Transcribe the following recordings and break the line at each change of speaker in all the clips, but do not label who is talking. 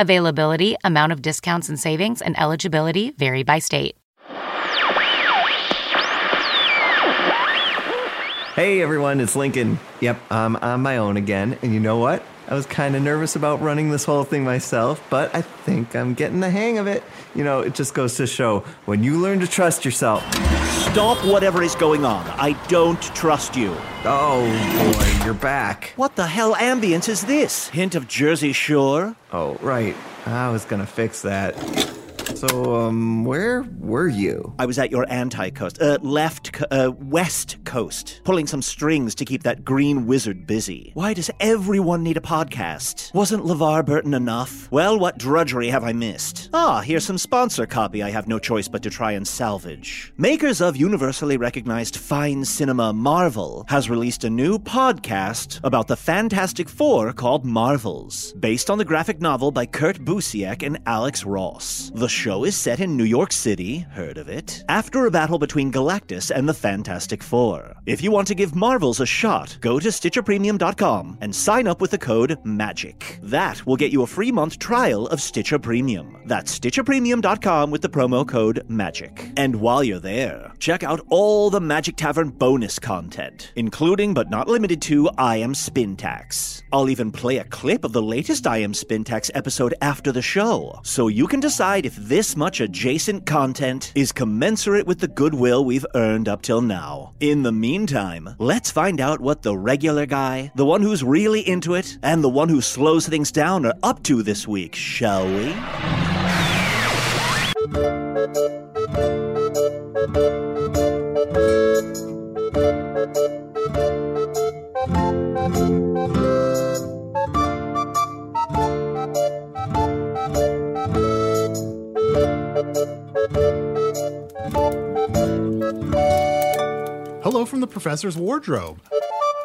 Availability, amount of discounts and savings, and eligibility vary by state.
Hey everyone, it's Lincoln. Yep, I'm on my own again, and you know what? I was kind of nervous about running this whole thing myself, but I think I'm getting the hang of it. You know, it just goes to show when you learn to trust yourself.
Stop whatever is going on. I don't trust you.
Oh boy, you're back.
What the hell ambience is this? Hint of Jersey Shore?
Oh, right. I was gonna fix that. So, um, where were you?
I was at your anti coast, uh, left, co- uh, west coast, pulling some strings to keep that green wizard busy. Why does everyone need a podcast? Wasn't LeVar Burton enough? Well, what drudgery have I missed? Ah, here's some sponsor copy I have no choice but to try and salvage. Makers of universally recognized fine cinema Marvel has released a new podcast about the Fantastic Four called Marvels, based on the graphic novel by Kurt Busiek and Alex Ross. The show is set in New York City, heard of it, after a battle between Galactus and the Fantastic Four. If you want to give Marvels a shot, go to StitcherPremium.com and sign up with the code MAGIC. That will get you a free month trial of Stitcher Premium. That's StitcherPremium.com with the promo code MAGIC. And while you're there, check out all the Magic Tavern bonus content, including but not limited to I Am Spin Tax. I'll even play a clip of the latest I Am Spin Tax episode after the show, so you can decide if this much adjacent content is commensurate with the goodwill we've earned up till now. In the meantime, let's find out what the regular guy, the one who's really into it, and the one who slows things down are up to this week, shall we?
Hello from the Professor's Wardrobe,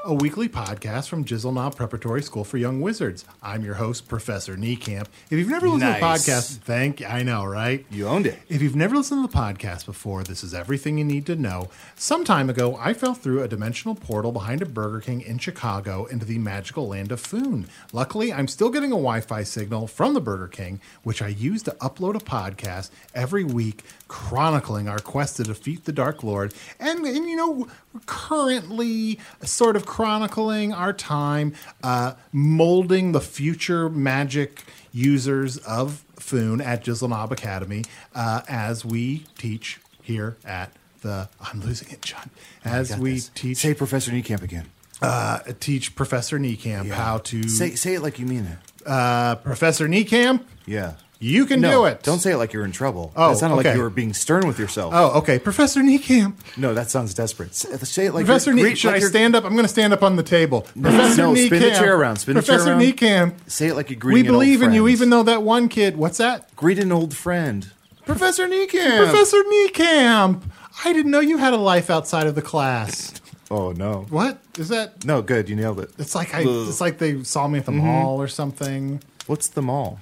a weekly podcast from Jizzle Knob Preparatory School for Young Wizards. I'm your host, Professor Niekamp. If you've never listened
Nice.
to the podcast, thank I know, right?
You owned it.
If you've never listened to the podcast before, this is everything you need to know. Some time ago, I fell through a dimensional portal behind a Burger King in Chicago into the magical land of Foon. Luckily, I'm still getting a Wi Fi signal from the Burger King, which I use to upload a podcast every week chronicling our quest to defeat the Dark Lord. And, and you know, currently sort of chronicling our time, uh, molding the future magic users of Foon at Jizzle Knob Academy uh, as we teach here at the. I'm losing it, John. As
Got
we
this.
teach
Oh Say Professor Niekamp again.
uh, teach Professor Niekamp how to
Say say it like you mean it.
uh, Professor Niekamp.
Yeah.
You can do it.
Don't say it like you're in trouble.
Oh,
that sounded
okay.
like you were being stern with yourself.
Oh, okay, Professor Niekamp.
No, that sounds desperate. Say, say it like
Professor
you're,
Niekamp.
Greek-
Should
like
I
you're-
stand up? I'm going to stand up on the table. Professor
no,
Niekamp.
spin the chair around, spin the chair
Professor
around.
Niekamp.
Say it like you're greeting
We
an old
believe in you,
friend.
even though that one kid. What's that?
Greet an old friend.
Professor Niekamp. Professor Niekamp. I didn't know you had a life outside of the class.
Oh no.
What is that?
No, good. You nailed it. Mm-hmm.
It's like I. It's like they saw me at the mall or something. Uh,
What's the mall?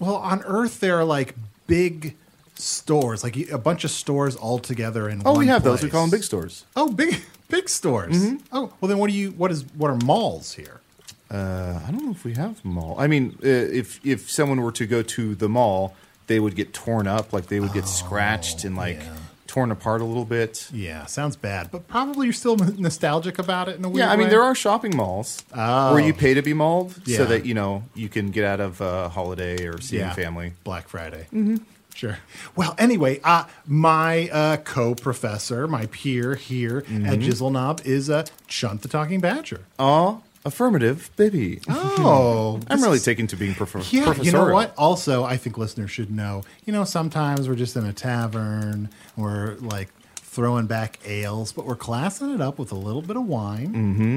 Well, on Earth there are like big stores, like a bunch of stores all together in.
Oh,
one
we have
place.
those. We call Mm-hmm. them big stores.
Oh, big big stores. Oh, well then what do you what is what are malls here?
Uh, I don't know if we have mall. I mean, uh, if if someone were to go to the mall, they would get torn up, like they would get scratched and like torn apart a little bit.
Yeah, sounds bad, but probably you're still n- nostalgic about it in a weird way.
Yeah, I mean there are shopping malls where you pay to be mauled,
Oh. Yeah.
so that you know you can get out of uh, holiday or seeing family.
Black Friday. Mm-hmm. Sure. Well, anyway, uh, my uh, co-professor, my peer here
Mm-hmm.
at Jizzle Knob is uh, Chunt the Talking Badger.
Oh, affirmative, baby.
Oh,
I'm really taken to being prof-
Yeah,
professorial.
you know what? Also, I think listeners should know. You know, sometimes we're just in a tavern, we're like throwing back ales, but we're classing it up with a little bit of wine. Mm-hmm.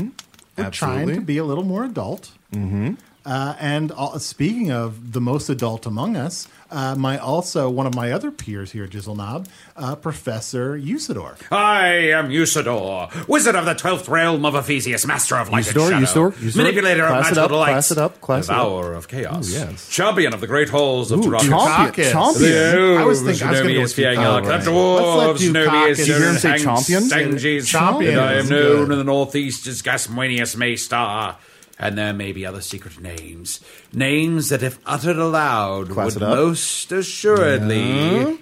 We're trying
Absolutely.
to be a little more adult. Mm-hmm. Uh, and all, speaking of the most adult among us, uh, my also one of my other peers here, at Jizzle Knob, uh, Professor Usador.
I am Usador, wizard of the twelfth realm of Ephesius, master of light
Usador,
and shadow,
Usador, Usador.
manipulator of
Class it
magical
up,
delights,
class it up, class it up.
devourer of chaos,
Ooh, yes.
champion of the great halls of Dracul.
Chompion.
Dukakis.
Chompion.
I was thinking- I was gonna go with Dukakis.
The
Let's
dwarves
let
know me
Dukakis-
as
Did you hear him
say champion?
Champion
And I am
is
known
good.
in the northeast as Gasmoenius Maystar. And there may be other secret names. Names that, if uttered aloud,
Class
would
it up.
most assuredly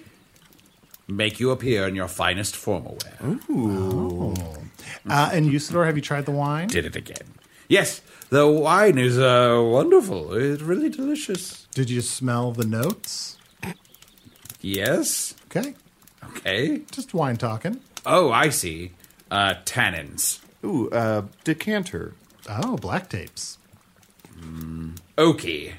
make you appear in your finest formal wear.
Uh, and Usador, have you tried the wine?
Did it again. Yes, the wine is uh, wonderful. It's really delicious.
Did you smell the notes?
Yes.
Okay,
Okay.
just wine talking.
Oh, I see. Uh, tannins.
Ooh, uh, decanter.
Oh, black tapes.
Oaky.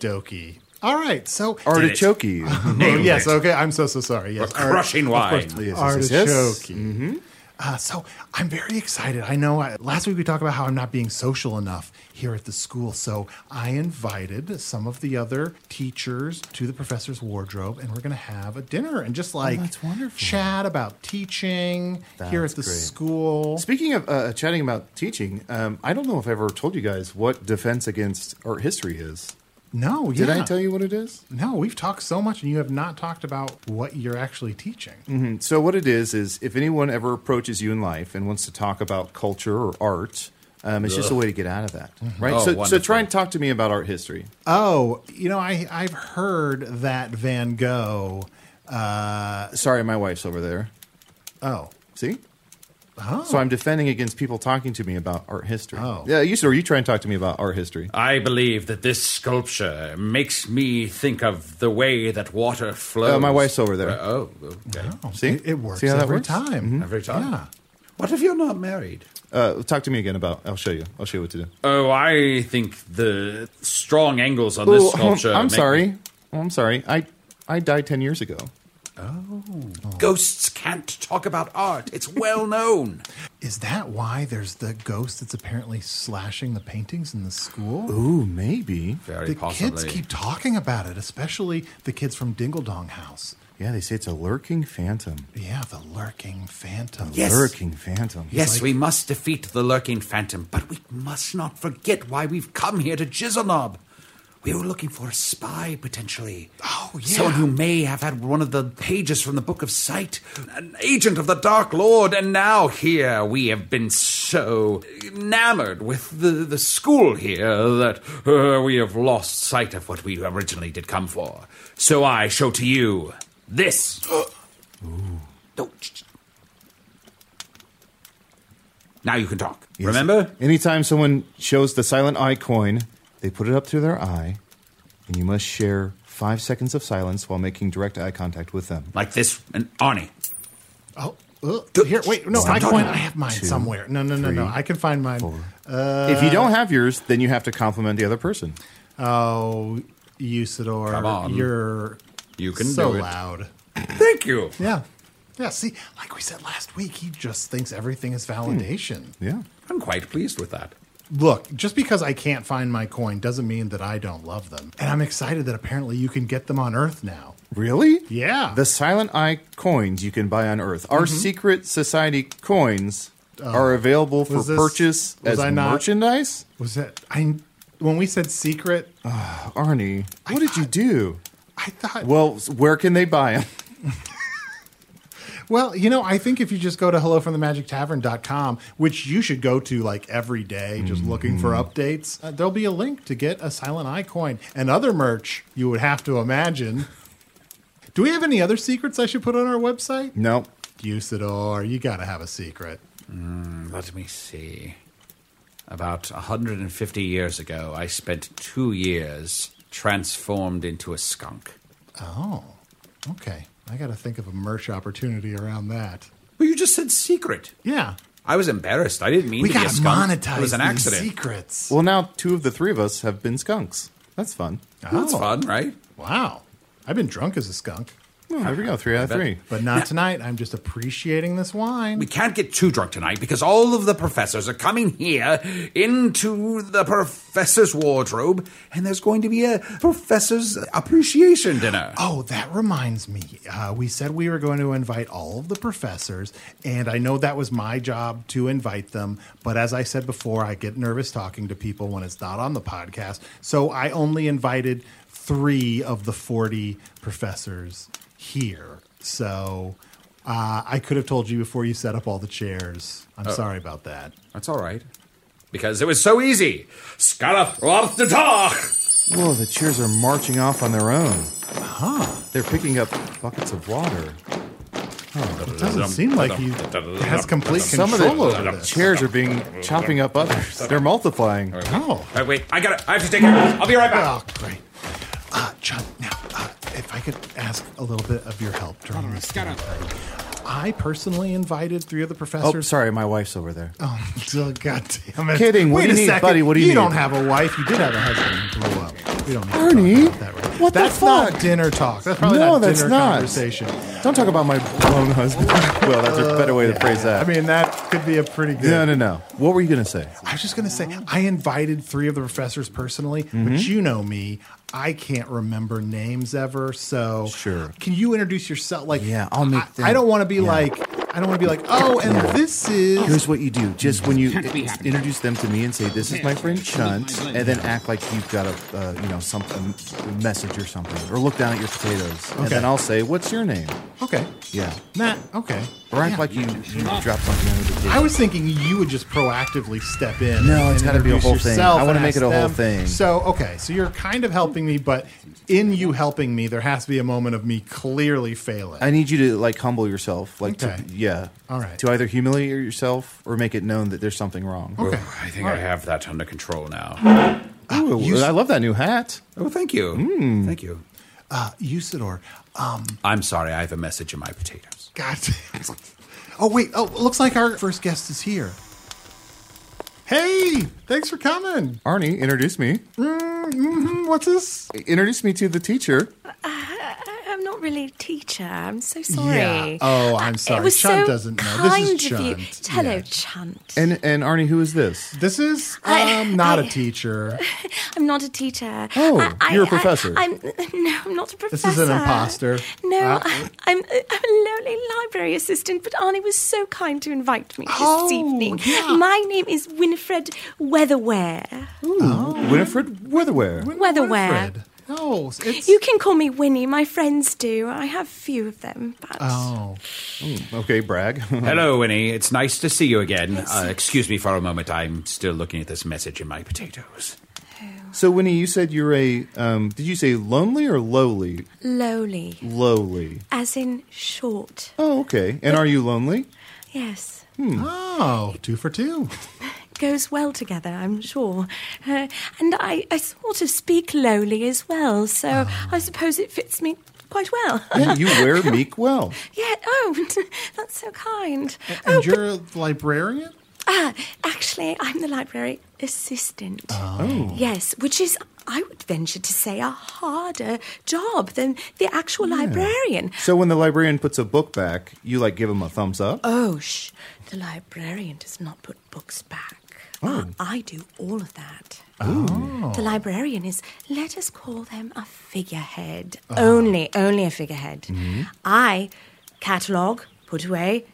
Doki. All right. So,
Artichoke.
oh,
Nailed
yes.
it.
Okay. I'm so, so sorry. Yes.
A crushing wine.
Yes, yes, yes, yes.
Artichoke. Uh, so I'm very excited. I know I, last week we talked about how I'm not being social enough here at the school. So I invited some of the other teachers to the professor's wardrobe, and we're going to have a dinner and just like
Oh, that's wonderful.
chat about teaching here at
That's
the
great.
school.
Speaking of uh, chatting about teaching, um, I don't know if I ever told you guys what defense against art history is.
No,
Did
yeah.
I tell you what it is?
No, we've talked so much, and you have not talked about what you're actually teaching.
Mm-hmm. So what it is is if anyone ever approaches you in life and wants to talk about culture or art, um, it's just a way to get out of that, right?
Oh,
so, so
wonderful.
try and talk to me about art history.
Oh, you know, I I've heard that Van Gogh. Uh,
Sorry, my wife's over there.
oh,
See.
Oh.
So I'm defending against people talking to me about art history.
Oh.
Yeah, you sir, you try and talk to me about art history.
I believe that this sculpture makes me think of the way that water flows.
Uh, my wife's over there.
Uh, oh, okay.
See?
it, it works
See how that
every
works? Mm-hmm.
time.
Every time.
Yeah.
What if you're not married?
Uh, talk to me again about. I'll show you. I'll show you what to do.
Oh, I think the strong angles on this
Oh,
sculpture.
I'm
make-
sorry. Oh, I'm sorry. I I died ten years ago.
Oh. Ghosts can't talk about art. It's well known.
Is that why there's the ghost that's apparently slashing the paintings in the school?
Ooh, maybe.
Very
the
possibly.
kids keep talking about it, especially the kids from Dingle Dong House.
Yeah, they say it's a lurking phantom.
Yeah, the lurking phantom.
Yes.
Lurking phantom.
Yes, we must defeat the lurking phantom, but we must not forget why we've come here to Jizzlenob. We were looking for a spy, potentially. Oh,
yeah.
Someone who may have had one of the pages from the Book of Sight, an agent of the Dark Lord, and now here we have been so enamored with the, the school here that uh, we have lost sight of what we originally did come for. So I show to you this. Oh, sh- sh- now you can talk.
Yes.
Remember?
Anytime someone shows the silent eye coin, they put it up to their eye, and you must share five seconds of silence while making direct eye contact with them.
Like this and Arnie.
Oh, ugh. here, wait, no, my coin. I have mine somewhere. No, no, no, no.
three,
I can find mine. Uh,
if
uh,
you don't have yours, then you have to compliment the other person.
Oh, Usador,
Come on.
you're
You can
so
do it.
loud.
Thank you.
Yeah. Yeah, see, like we said last week, he just thinks everything is validation.
Yeah.
I'm quite pleased with that.
Look, just because I can't find my coin doesn't mean that I don't love them. And I'm excited that apparently you can get them on Earth now.
Really?
Yeah.
The silent eye coins you can buy on Earth. Our
Mm-hmm.
secret society coins are available for
Uh, was this-
purchase
was
as
I not-
merchandise.
Was that I when we said secret,
Arnie, what did you do?
I thought, well,
Well, s- where can they buy them?
you know, I think if you just go to hellofromthemagictavern.com, which you should go to like every day, just
Mm-hmm.
looking for updates, uh, there'll be a link to get a Silent Eye coin and other merch you would have to imagine. Do we have any other secrets I should put on our website?
No.
Usador, you got to have a secret.
Mm, Let me see. About 150 years ago, I spent two years transformed into a skunk.
Oh, okay. I got to think of a merch opportunity around that.
Well, you just said secret.
Yeah.
I was embarrassed. I didn't mean
We
to be
got
a
to
skunk.
monetize
it was an
these
accident.
secrets.
Well, now two of the three of us have been skunks. That's fun.
That's fun, right?
Oh. Wow. I've been drunk as a skunk,
Well, there we go. Three out of three.
but not tonight. I'm just appreciating this wine.
We can't get too drunk tonight because all of the professors are coming here into the professor's wardrobe, and there's going to be a professor's appreciation dinner.
Oh, that reminds me. Uh, we said we were going to invite all of the professors, and I know that was my job to invite them. But as I said before, I get nervous talking to people when it's not on the podcast. So I only invited three of the 40 professors here. So uh, I could have told you before you set up all the chairs. I'm sorry about that.
Oh. That's all right. Uh, Because it was so easy. Scarafroth the Dark!
Whoa, the cheers are marching off on their own. Huh. They're picking up buckets of water.
It doesn't seem like he has complete
Some of
control
the
over this.
chairs are being chopping up others. They're multiplying.
Oh.
Uh, wait, I got it. I have to take care of this. I'll be right back.
Oh, great. Uh, John, now, uh, if I could ask a little bit of your help during this dinner party. I personally invited three of the
Oh,
professors.
sorry, my wife's over there.
Oh, oh, God damn it.
Kidding. What
Wait
do you
a
need,
second.
buddy? What do you need?
don't have a wife. You did have a husband blow up. We don't need to talk
Arnie,
about that right
what the
That's
fuck?
not dinner talk. That's probably
No,
not
that's
dinner
not.
conversation.
Don't talk about my blown husband. well, that's a better way to phrase
Uh, I
that.
mean, that could be a pretty good.
no, no, no. What were you gonna say?
I was just going to say, I invited three of the professors personally, but
Mm-hmm.
you know me. I can't remember names ever. So,
Sure.
Can you introduce yourself? Like,
Yeah, I'll make
I,
them-
I don't want to be like, I don't want to be like, oh, and this is.
Here's what you do: just when you introduce them to me and say, "This is my friend Chunt," and then act like you've got a, uh, you know, something, a message or something, or look down at your potatoes, and
Okay.
then I'll say, "What's your name?"
Okay.
Yeah,
Matt, okay.
or act like you, you dropped something under the table.
I was thinking you would just proactively step in.
No, it's
and
gotta be a
introduce
whole thing.
yourself
I wanna
and
make it
ask
a whole
them.
thing.
So, okay. So you're kind of helping me, but in you helping me, there has to be a moment of me clearly failing.
I need you to like humble yourself, like
Okay.
to yeah,
All right.
to either humiliate yourself or make it known that there's something wrong.
okay.
Oh, I think I have that under control now.
Ooh, I love that new hat.
Oh, thank you.
Hmm.
Thank you. Um,
Uh, Usador,
I'm sorry, I have a message in my potatoes.
um, God. damn. Oh wait. Oh, looks like our first guest is here. Hey, thanks for coming.
Arnie, introduce me.
Hmm, What's this?
Introduce me to the teacher.
uh, I'm not really a teacher. I'm so sorry.
Yeah. Oh, I'm
Uh,
sorry.
It was
Chunt
so
doesn't know. This
kind
is
of you.
Chunt.
Hello,
Yeah.
Chunt.
And and Arnie, who is this?
This is
I-
um, not a
I-
teacher.
I'm not a teacher.
Oh,
I, I,
you're a professor.
I, am no, I'm not a professor.
is an imposter.
No,
Uh,
I, I'm, a, I'm a lowly library assistant, but Arnie was so kind to invite me this
Oh,
evening.
yeah.
My name is Winifred Weatherware.
Oh.
Winifred Weatherware.
Weatherware.
Winifred. No, it's
You can call me Winnie. My friends do. I have few of them, but
oh,
Okay, brag.
Hello, Winnie. It's nice to see you again. Uh, excuse me for a moment. I'm still looking at this message in my potatoes.
so Winnie, you said you're a um, did you say lonely or lowly?
lowly,
Lowly.
as in short.
Oh, okay. Hmm. And are you lonely?
Yes.
Ah.
oh, two for two.
goes well together, I'm sure. Uh, and I, I sort of speak lowly as well, so I suppose it fits me quite well.
Yeah, you wear meek well.
yeah, oh, that's so kind. Uh,
And you're a librarian.
Ah, actually, I'm the library assistant. Oh. Yes, which is, I would venture to say, a harder job than the actual librarian.
So when the librarian puts a book back, you like give him a thumbs up.
Oh, shh, the librarian does not put books back.
Oh.
Ah, I I do all of that. The librarian is, let us call them a figurehead.
Oh.
Only, only a figurehead.
Mm-hmm.
I catalogue, put away,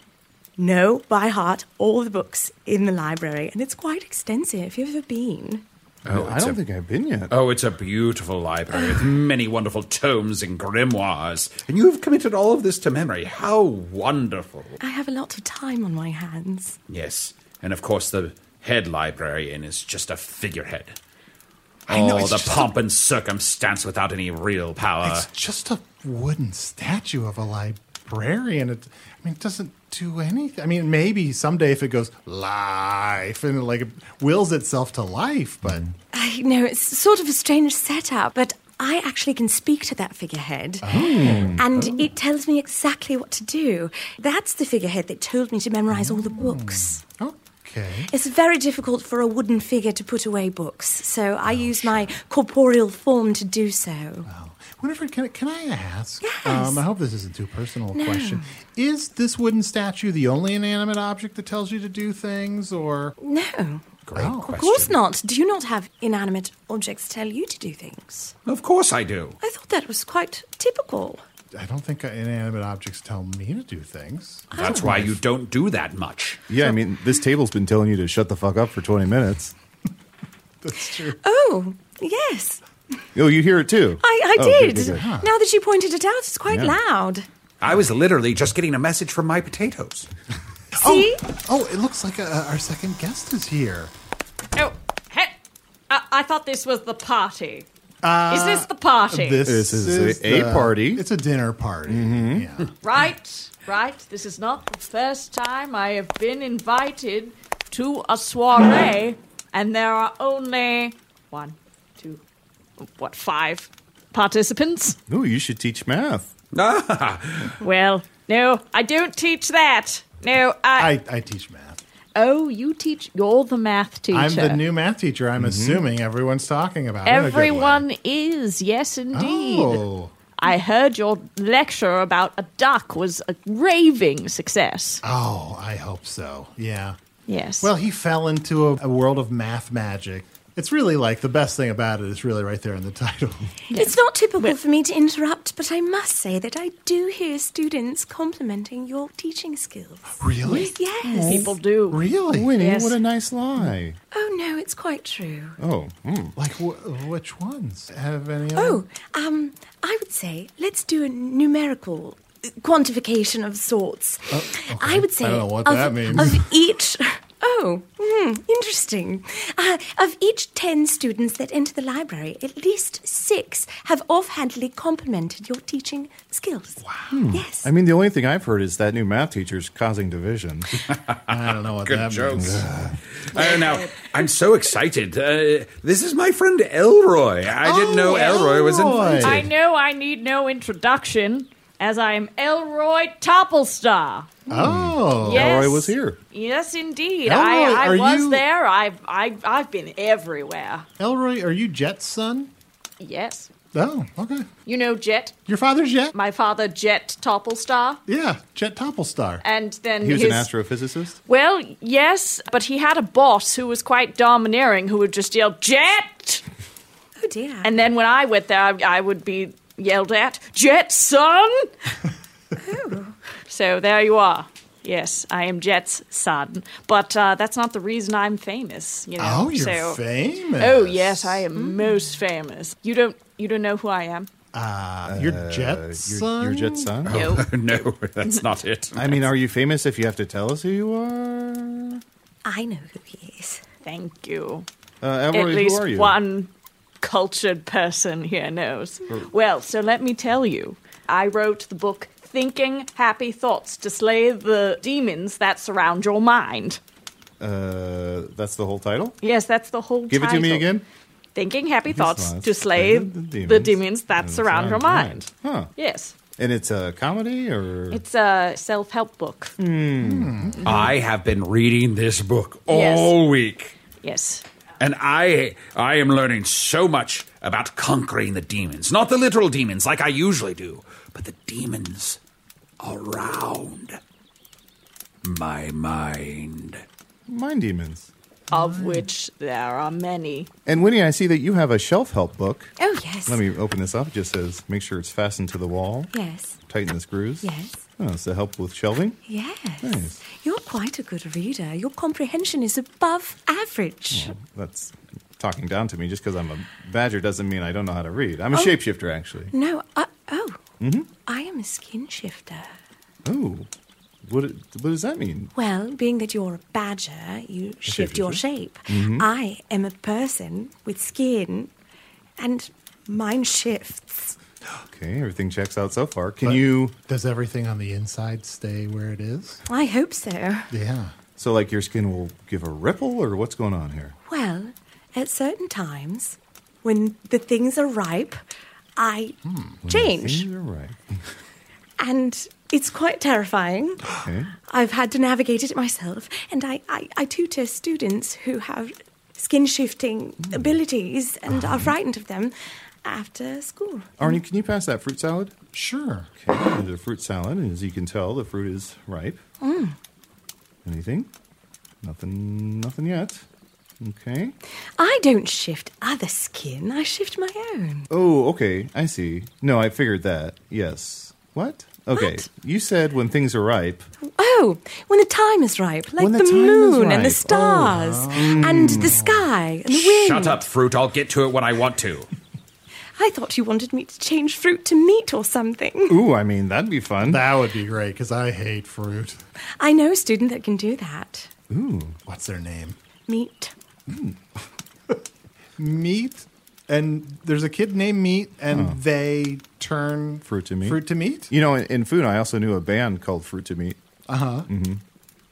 know by heart all the books in the library, and it's quite extensive. Have you ever been?
No, Oh, I
it's
don't
a-
think I've been yet.
Oh, it's a beautiful library with many wonderful tomes and grimoires. And you have committed all of this to memory. How wonderful.
I have a lot of time on my hands.
Yes. And of course, the head librarian is just a figurehead.
I know,
All
it's
the
just a-
pomp and circumstance without any real power.
It's just a wooden statue of a librarian. It, I mean, it doesn't do anything. I mean, maybe someday if it goes life and it, like it wills itself to life, but
Mm-hmm.
I know it's sort of a strange setup, but I actually can speak to that
Oh.
figurehead.
Mm.
And it tells me exactly what to do. That's the figurehead that told me to memorize all the books.
Oh. okay.
It's very difficult for a wooden figure to put away books, so I
Oh,
use my corporeal form to do so.
Winifred, can, can I ask?
Yes.
Um, I hope this isn't too personal a question. Is this wooden statue the only inanimate object that tells you to do things, or
No,
Great
Oh. Of
question.
of course not. Do you not have inanimate objects tell you to do things?
Of course I do.
I thought that was quite typical.
I don't think inanimate objects tell me to do things.
Oh.
That's why you don't do that much.
Yeah, I mean, this table's been telling you to shut the fuck up for 20 minutes.
That's true.
Oh, yes.
Oh, you hear it too.
I, I
Oh, good,
did.
good, good.
Now that you pointed it out, it's quite
Yeah.
loud.
I was literally just getting a message from my potatoes.
See?
Oh, it looks like uh, our second guest is here.
Oh, hey, I, I thought this was the party.
Uh,
is this the party?
This is a- a party. Mm-hmm.
It's a dinner party. Yeah.
right, right. This is not the first time I have been invited to a soiree, and there are only one, two, what, five participants?
Ooh, you should teach math.
Ah.
Well, no, I don't teach that. No, I.
I, I teach math.
oh, you teach. You're the math teacher.
I'm the new math teacher.
Mm-hmm.
I'm assuming everyone's talking about it in a good way.
Everyone is, yes, indeed.
Oh.
I heard your lecture about a duck was a raving success.
oh, I hope so. Yeah.
Yes.
Well, he fell into a, a world of math magic. It's really like the best thing about it is really right there in the title.
It's not typical for me to interrupt, but I must say that I do hear students complimenting your teaching skills.
really?
Yes.
people do.
Really?
Winnie,
Yes.
what a nice lie.
Oh no, it's quite true.
Oh, mm.
Like wh- which ones? Have any?
Oh, um, I would say let's do a numerical uh, quantification of sorts. I would say
Oh, I don't know what
of,
that means.
of each. Oh, hmm, interesting. Uh, of each 10 students that enter the library, at least six have offhandedly complimented your teaching skills. Wow. Yes.
I mean, the only thing I've heard is that new math teacher's causing division.
I don't know what that means.
Uh, now, I'm so excited. Uh, this is my friend Elroy. I didn't know Elroy was
Oh, Elroy.
invited.
Oh, I know I need no introduction, as I am Elroy Topplestar.
Oh,
Yes.
Elroy was here.
Yes, indeed.
Elroy,
I, I
are
was
you-
there. I've, I, I've been everywhere.
Elroy, are you Jet's son?
Yes.
Oh, okay.
You know Jet,
Your father's Jet?
my father, Jet Topplestar.
yeah, Jet Topplestar.
And then
He was
his,
an astrophysicist.
Well, yes, but he had a boss who was quite domineering who would just yell, Jet!
oh dear.
And then when I went there, I, I would be yelled at, Jet son!
Oh.
so there you are. Yes, I am Jet's son. But uh, that's not the reason I'm famous, you know.
oh, you're
so,
famous.
Oh, yes, I am
Mm.
most famous. You don't you don't know who I am?
Uh, you're Jet's
Your,
son?
your jet son.
No.
Oh, no, that's not it.
I mean, are you famous if you have to tell us who you are?
I know who he is.
Thank you.
Uh,
At
Elroy,
least
who are you?
one cultured person here knows.
Oh.
Well, so let me tell you. I wrote the book Thinking Happy Thoughts to Slay the Demons That Surround Your Mind.
Uh, that's the whole title.
Yes, that's the whole
Give it to me
title.
again.
Thinking Happy Thoughts
thoughts
to Slay
to
the
the
demons,
demons
That
that
Surround Your
surround your
Mind.
mind. Huh.
Yes.
And it's a comedy, or
It's a self help book.
Hmm.
I have been reading this book all
Yes.
week,
Yes.
and I I am learning so much about conquering the demons. Not the literal demons like I usually do, but the demons around my mind.
Mind Demons.
Of which there are many.
And Winnie, I see that you have a shelf help book.
Oh yes.
Let me open this up. It just says make sure it's fastened to the wall.
Yes.
Tighten the screws.
Yes.
Oh, it's to help with shelving.
Yes.
Nice.
Oh,
You're quite a good reader. Your comprehension is above average.
That's talking down to me. Just because I'm a badger doesn't mean I don't know how to read. I'm a shapeshifter, actually. Mm-hmm.
No, I, oh, I am a skin shifter.
Oh, what what does that mean?
Well, being that you're a badger, you shift your shape.
Hmm? Mm-hmm.
I am a person with skin, and mine shifts.
Okay, everything checks out so far. Can you?
Does everything on the inside stay where it is?
I hope so.
Yeah.
So, like, your skin will give a ripple, or what's going on here?
Well, at certain times, when the things are ripe, I change.
You're right.
And it's quite terrifying.
Okay.
I've had to navigate it myself, and I, I, I tutor students who have skin shifting
Mm.
abilities and
Uh-huh.
are frightened of them after school.
Arnie, can you pass that fruit salad?
Sure.
Okay, there's a fruit salad, and as you can tell, the fruit is ripe. Mm. Anything? Nothing. Nothing yet. Okay.
I don't shift other skin, I shift my own.
Oh, okay. I see. No, I figured that. Yes. What? Okay.
What?
You said when things are ripe.
Oh, when the time is ripe, like
When the
the,
time is
moon and
ripe.
the
Oh, mm.
stars and the sky and the wind.
Shut up, fruit. I'll get to it when I want to.
I thought you wanted me to change fruit to meat or something.
Ooh, I mean that'd be fun.
That would be great because I hate fruit.
I know a student that can do that.
What's their name?
Meat.
Meat. And there's a kid named Meat, and they turn
Fruit to meat.
Fruit to meat.
You know, in, in food, I also knew a band called Fruit to Meat. Uh huh. Mm-hmm. It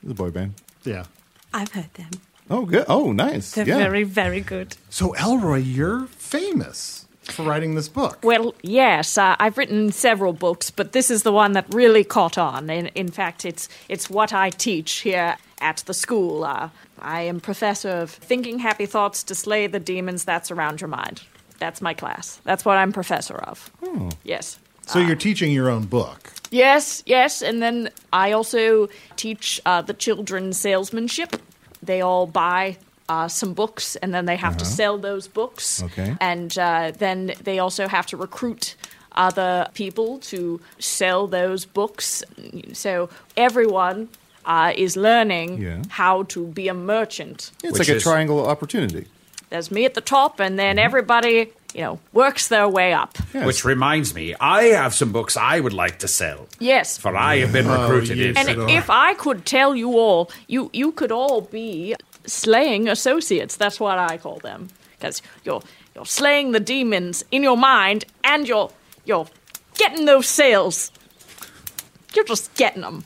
was a boy band.
Uh-huh. Yeah.
I've heard them.
Oh, good. Oh, nice.
They're
yeah.
very, very good.
So Elroy, you're famous for writing this book.
Well, yes, uh, I've written several books, but this is the one that really caught on. In, in fact, it's it's what I teach here at the school. Uh, I am professor of thinking happy thoughts to slay the demons that surround your mind. That's my class. That's what I'm professor of. Yes.
So
Ah.
you're teaching your own book.
Yes, yes, and then I also teach uh, the children salesmanship. They all buy uh, some books, and then they have to sell those books.
Uh-huh. Okay.
and uh, then they also have to recruit other people to sell those books. So everyone uh, is learning
Yeah.
how to be a merchant.
It's
Which
like a
is-
triangle opportunity.
There's me at the top, and then everybody, you know, works their way up.
Yes.
Which reminds me, I have some books I would like to sell.
Yes,
For I have been
Oh,
recruited
yes.
into.
And if I could tell you all, you you could all be slaying associates. That's what I call them, because you're you're slaying the demons in your mind, and you're you're getting those sales. You're just getting them.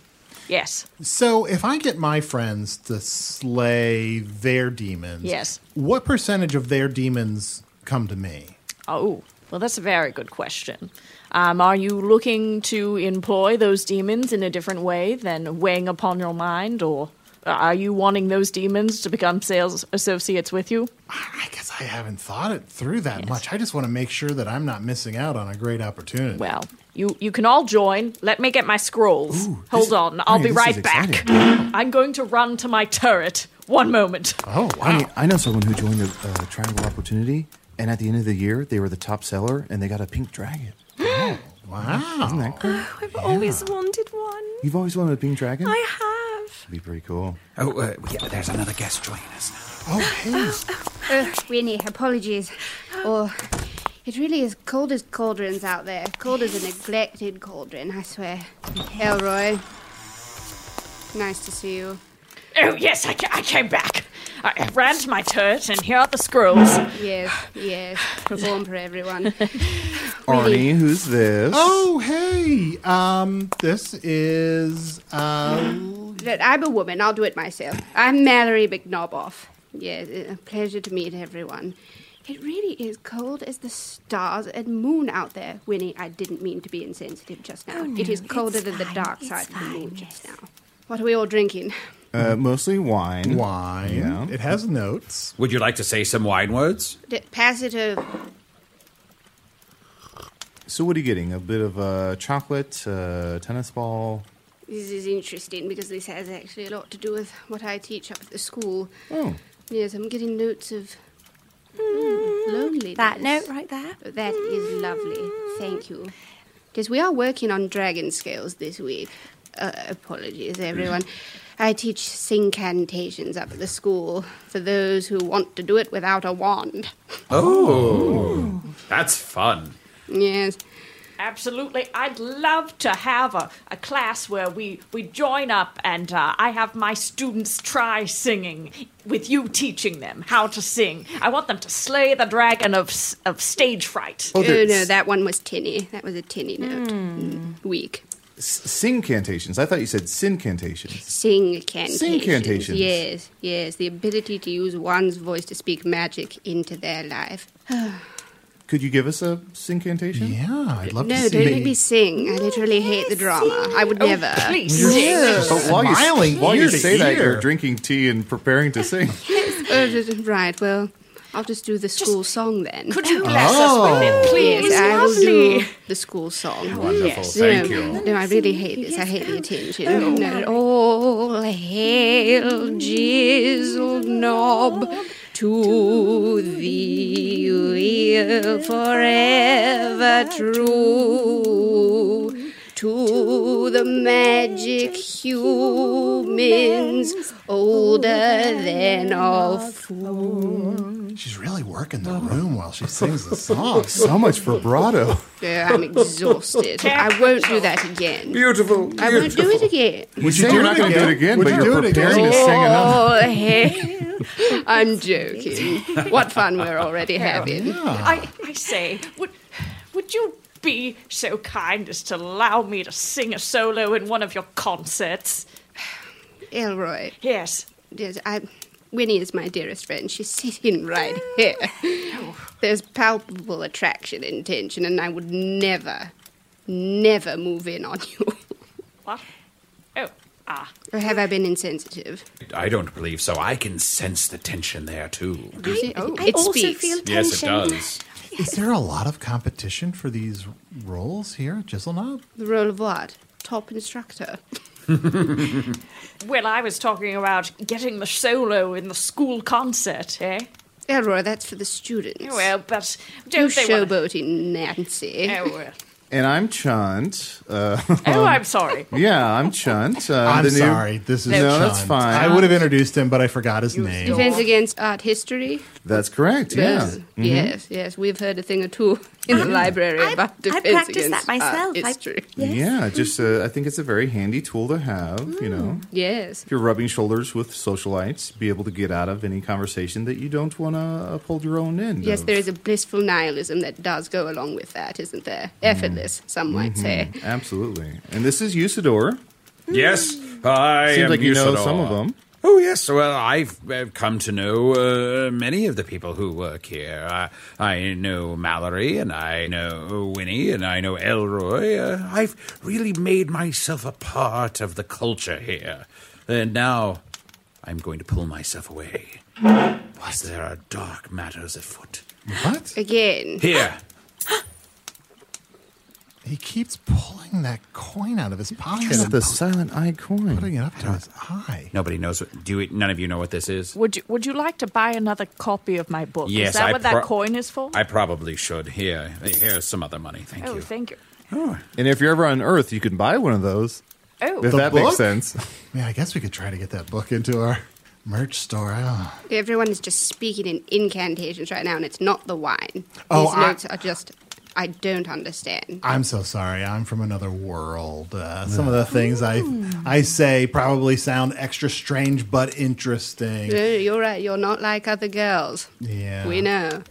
Yes.
So if I get my friends to slay their demons,
Yes.
What percentage of their demons come to me?
Oh, well, that's a very good question. Um, are you looking to employ those demons in a different way than weighing upon your mind, or uh, are you wanting those demons to become sales associates with you?
I guess I haven't thought it through that much. I just want to make sure that I'm not missing out on a great opportunity.
Well, you, you can all join. Let me get my scrolls. Hold on, I'll
Hey,
be
this is
right back. I'm going to run to my turret. One moment.
oh
I
wow.
mean, I know someone who joined a, a triangle opportunity, and at the end of the year, they were the top seller, and they got a pink dragon. Oh.
wow.
Isn't that cool?
I've always wanted one.
You've always wanted a pink dragon?
I have.
That'd be pretty cool.
Oh, uh, yeah, there's another guest joining us now.
Oh hey.
Ugh, Winnie, apologies. Oh, it really is cold as cauldrons out there. Cold as a neglected cauldron, I swear. Elroy, nice to see you.
Oh, yes, I, ca- I came back. I I ran to my turret, and here are the scrolls.
Yes, yes, perform for everyone.
Arnie, who's this?
Oh hey. Um this is uh
Look, I'm a woman. I'll do it myself. I'm Mallory McNoboff. Yes, a pleasure to meet everyone. It really is cold as the stars and moon out there, Winnie. I didn't mean to be insensitive just now.
Oh,
it is
no,
colder
it's
than the
fine,
dark
it's
side of the moon
fine,
just now. What are we all drinking?
Uh, mostly wine.
wine.
Yeah.
It has notes.
Would you like to say some wine words?
D- pass it over.
So what are you getting? A bit of uh, chocolate, uh, tennis ball.
This is interesting because this has actually a lot to do with what I teach up at the school.
Oh,
Yes, I'm getting notes of loneliness.
Hmm. That note right there.
That is lovely. Thank you. Yes, we are working on dragon scales this week. Uh, apologies, everyone. I teach syncantations up at the school for those who want to do it without a wand.
That's fun.
Yes.
Absolutely. I'd love to have a, a class where we, we join up and uh, I have my students try singing with you teaching them how to sing. I want them to slay the dragon of, s- of stage fright.
Oh,
Oh
there's
no, that one was tinny. That was a tinny note. Mm, Weak.
sing cantations. I thought you said sin cantations.
Sing cantations.
cantations.
Yes, yes. The ability to use one's voice to speak magic into their life.
Could you give us a sin cantation?
Yeah, I'd love
No,
to see.
don't make me sing. I literally hate the drama. I would never.
Please
But while
Smiling
you while
ear
you
to
say that,
ear.
you're drinking tea and preparing to sing.
Oh, d- d- right, well, I'll just do the school song then.
Could you bless
Oh.
us with it, please?
yes, I will
Lovely.
do the school song.
Wonderful. Thank
no,
you.
No, I really hate this. I hate the attention. Not at all hail, jizzled knob, to thee we'll forever true. To the magic humans, older than of
She's really working the room while she sings the song.
so much vibrato.
Yeah, I'm exhausted. I won't do that again.
Beautiful.
I won't do it again.
Would you say you're not going to do it again,
Would
but
you
you're
do it again?
preparing to sing another.
Oh, hell. I'm joking. What fun we're already having.
I, I say, would, would you be so kind as to allow me to sing a solo in one of your concerts?
Elroy,
Yes.
yes, I, Winnie is my dearest friend. She's sitting right here. There's palpable attraction and tension, and I would never, never move in on you.
What? Oh, ah.
Or have I been insensitive?
I don't believe so. I can sense the tension there, too.
I, I
It
also
speaks.
feel tension.
Yes, it does.
Is there a lot of competition for these roles here at Jizzleknob?
The role of what? Top instructor.
Well, I was talking about getting the solo in the school concert, eh?
Elroy, that's for the students.
Well, but
you
don't they want
showboating Nancy.
Oh, well.
And I'm Chunt. Uh,
oh, I'm sorry.
yeah, I'm Chunt. Uh,
I'm
the new-
sorry. This is
No,
Sean.
that's fine.
I would have introduced him, but I forgot his name.
Defense against art history.
That's correct. Yeah. Mm-hmm.
Yes, yes, yes. We've heard a thing or two in the library
Ah, I-
about
I
defense
practiced
against ah,
that myself.
art
I-
history.
Yeah. Just uh, I think it's a very handy tool to have. You know,
Yes,
if you're rubbing shoulders with socialites, be able to get out of any conversation that you don't want to uphold your own end.
yes.
of.
There is a blissful nihilism that does go along with that, isn't there? Effortless, some might say.
Mm-hmm. Absolutely. And this is Usador.
Yes, I
Seems
am
like you know
Usador.
some of them.
Oh yes, well I've, uh come to know uh, many of the people who work here. I, I know Mallory, and I know Winnie, and I know Elroy. Uh, I've really made myself a part of the culture here, and now I'm going to pull myself away. Because there are dark matters afoot.
What?
Again,
Here,
He keeps pulling that coin out of his pocket
Is it
and
the silent eye
putting
coin?
it up to his eye.
nobody knows. What, do you, none of you know what this is?
Would you, would you like to buy another copy of my book?
Yes,
is that
I
what
pro-
that coin is for?
I probably should. Here, here's some other money. Thank
oh,
you.
thank you.
And if you're ever on Earth, you can buy one of those.
Oh,
If that
book?
makes sense.
Man, I guess we could try to get that book into our merch store. Oh,
everyone is just speaking in incantations right now, and it's not the wine.
Oh,
These
I-
notes are just. I don't understand.
I'm so sorry. I'm from another world. Uh, some of the things I I say probably sound extra strange but interesting.
No, you're right. You're not like other girls.
Yeah.
We know.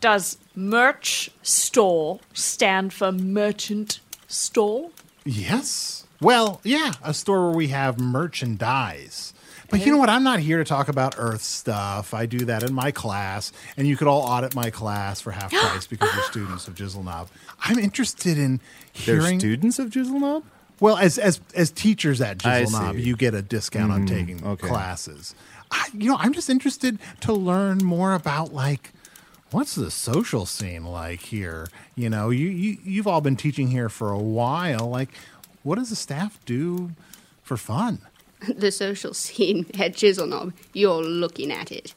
does merch store stand for merchant store?
Yes. Well, yeah, a store where we have merchandise. But you know what? I'm not here to talk about Earth stuff. I do that in my class, and you could all audit my class for half price because you're students of Jizzleknob. I'm interested in
They're
hearing.
students of Jizzleknob?
Well, as as as teachers at
I
Jizzleknob,
see. Mm,
you get a discount on taking
okay.
classes. I, you know, I'm just interested to learn more about like what's the social scene like here. You know, you, you you've all been teaching here for a while. Like, what does the staff do for fun?
the social scene at Chiselknob, you're looking at it.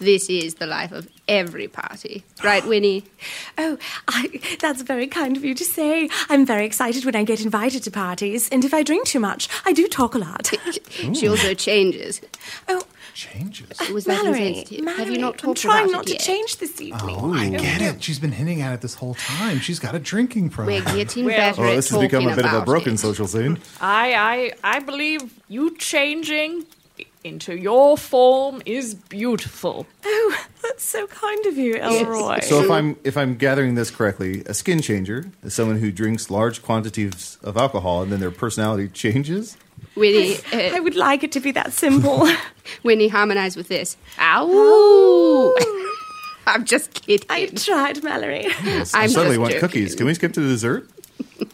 This is the life of every party. Right, Winnie?
Oh, I, that's very kind of you to say. I'm very excited when I get invited to parties, and if I drink too much, I do talk a lot.
She also changes. Oh,
oh,
Changes.
Was that
Mallory,
insensitive?
Mallory,
Have you not
I'm
talked
trying
about
not
it
to
yet?
change this evening.
Oh, I get it. She's been hinting at it this whole time. She's got a drinking
We're
program.
getting
Well-
better
Well,
at
this has
talking
become a bit of a
about
broken
it.
social scene.
I, I, I believe you changing i- into your form is beautiful.
Oh, that's so kind of you,
Oh,
Elroy.
So if I'm if I'm gathering this correctly, a skin changer is someone who drinks large quantities of alcohol and then their personality changes.
Winnie,
I
uh,
would like it to be that simple.
Winnie, harmonize with this. Ow! I'm just kidding.
I tried, Mallory.
I
I'm
suddenly
just
want
joking. Mm.
cookies. Can we skip to the dessert?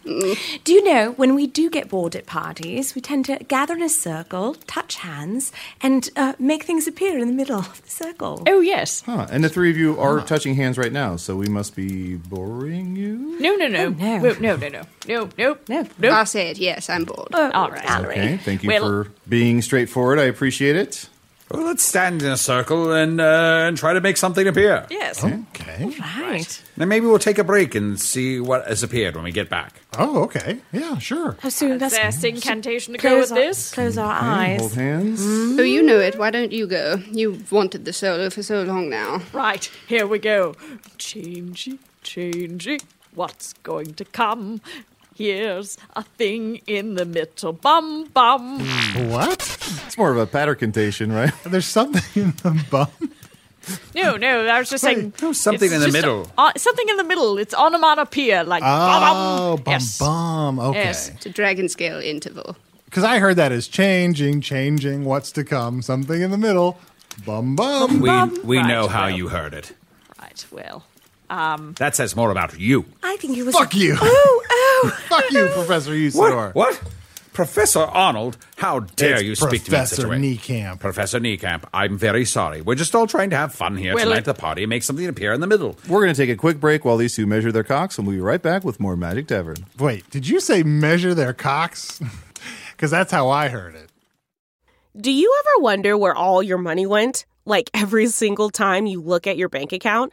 Do you know when we do get bored at parties, we tend to gather in a circle, touch hands, and uh, make things appear in the middle of the circle.
Oh, yes.
Huh. And the three of you are touching hands right now, so we must be boring you.
No, no, no.
Oh, no.
Well, no, no, no. No, no,
No. Oh,
no.
I said, yes, I'm bored.
All right.
Mallory.
Okay. Thank you
Well-
for being straightforward. I appreciate it.
Well, let's stand in a circle and, uh, and try to make something appear.
Yes.
okay.
Right.
Then maybe we'll take a break and see what has appeared when we get back.
Oh, okay. Yeah, sure.
How soon
Is
that's
there a incantation to go
close
with
our,
this?
Close our
Okay, Hold
eyes.
hands.
Oh, you know it. Why don't you go? You've wanted the solo for so long now.
Right, here we go. Changey, changey, what's going to come? Here's a thing in the middle. Bum, bum.
What?
It's more of a pattercantation, right?
There's something in the bum.
No, no, I was just saying.
no, something
it's
in the
just
middle.
o- something in the middle. It's onomatopoeia, like
Oh,
bum,
bum
yes.
bum. Okay.
Yes.
It's a dragon scale interval.
Because I heard that as changing, changing, what's to come, something in the middle. Bum bum.
We,
Bum.
we
Right,
know how
well.
you heard it. Um,
Right, well.
That says more about you.
I think it was.
Fuck you.
Oh, oh.
Fuck you, Professor Usador.
What? Professor Arnold, how dare
It's
you speak to me in such a
Professor
way?
Niekamp.
Professor Niekamp, I'm very sorry. We're just all trying to have fun here
Well,
tonight.
it-
the party make something appear in the middle.
We're going to take a quick break while these two measure their cocks, and we'll be right back with more Magic Tavern.
Wait, did you say measure their cocks? Because that's how I heard it.
Do you ever wonder where all your money went? Like every single time you look at your bank account?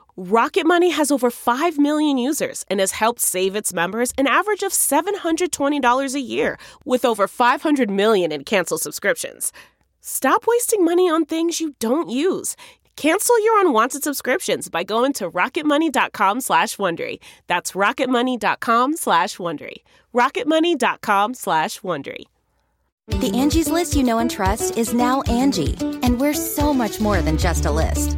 Rocket Money has over 5 million users and has helped save its members an average of $720 a year with over 500 million in canceled subscriptions. Stop wasting money on things you don't use. Cancel your unwanted subscriptions by going to rocketmoney.com slash Wondery. That's rocketmoney.com slash Wondery. rocketmoney.com slash Wondery.
The Angie's list you know and trust is now Angie, and we're so much more than just a list.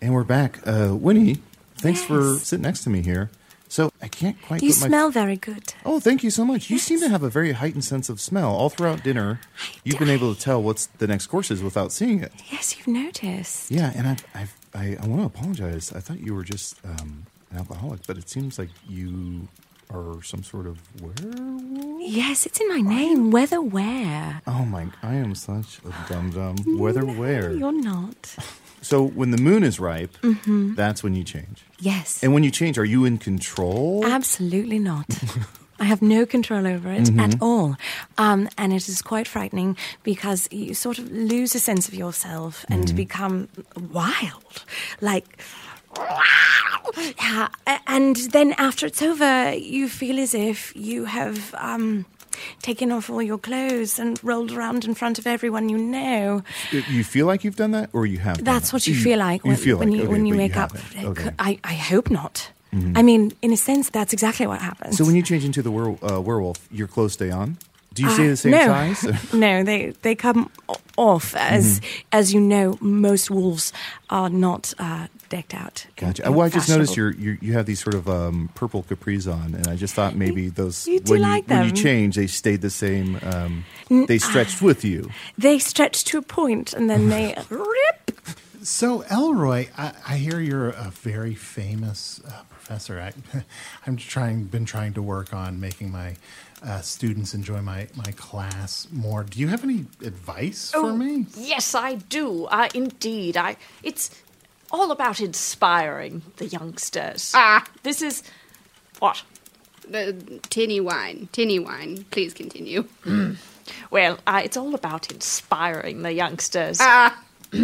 And we're back. Uh, Winnie, thanks for
Yes.
sitting next to me here. So I can't quite
You
put my
smell very good.
Oh, thank you so much. You seem to have a very heightened sense of smell. All throughout dinner, you've been able to tell what's the next course is without seeing it.
Yes, you've noticed.
Yeah, and I've, I've, I, I want to apologize. I thought you were just um, an alcoholic, but it seems like you are some sort of werewolf.
Yes, it's in my name. Whether where?
Oh my! I am such a dum dum. Whether where.
You're not.
So when the moon is ripe, that's when you change.
Mm-hmm. Yes. Uh,
And when you change, are you in control?
Absolutely not. I have no control over it at
Mm-hmm.
Mhm.
all. Um, and it is quite frightening because you sort of lose a sense of yourself and
Mm-hmm.
Mhm.
become wild. Like, yeah, a- and then after it's over, you feel as if you have um, taken off all your clothes and rolled around in front of everyone you know.
You feel like you've done that, or you have? done
That's
that?
what you feel like
Mm. You
when,
feel
when
like,
you
okay,
when you
but
wake up. Uh,
haven't. Okay.
I, I hope not.
Mhm.
I mean, in a sense, that's exactly what happens.
So when you change into the were- uh, werewolf, your clothes stay on. Do you stay
Uh,
the same
no.
size? Mm-hmm.
no, they they come o- off as as you know. Most wolves are not uh, decked out. in-
Gotcha. Uh,
in
Well, I just noticed
fashionable-
your you you have these sort of um, purple capris on, and I just thought maybe those
you do
when
like
you when you
them.
change they stayed the same. Um,
N-
they stretched with you.
They stretch to a point and then they rip.
So, Elroy, I, I hear you're a very famous uh, professor. I, I'm trying, been trying to work on making my uh, students enjoy my, my class more. Do you have any advice for me?
Oh, Yes, I do. I indeed. I. It's all about inspiring the youngsters. Ah, this is what.
The tinny wine, tinny wine. Please continue.
Well, uh, it's all about inspiring the youngsters
Ah.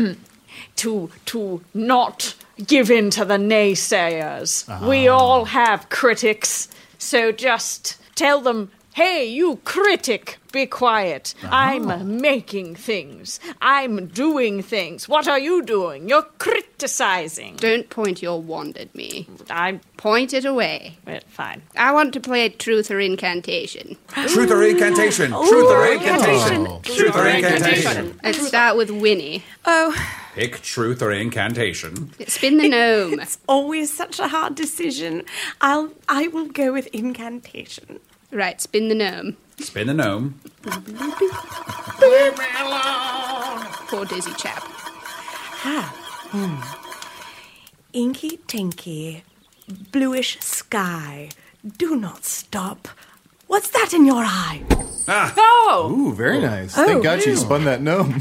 to to not give in to the naysayers.
Ah.
We all have critics, so just tell them, "Hey, you critic, be quiet.
Ah.
I'm making things. I'm doing things. What are you doing? You're criticizing."
Don't point your wand at me.
I
point it away.
fine.
I want to play truth or incantation.
Truth or incantation?
Ooh.
Truth or
Ooh.
incantation? Truth or incantation?
Let's start with Winnie.
Oh,
Pick truth or incantation.
spin the gnome.
it's always such a hard decision. I'll I will go with incantation.
Right, spin the gnome.
Spin the gnome.
Poor dizzy chap.
Ah. Hmm. Inky tinky, bluish sky. Do not stop. What's that in your eye?
Ah.
Oh.
Ooh, very nice.
Oh.
Thank God you
Ooh.
spun that gnome.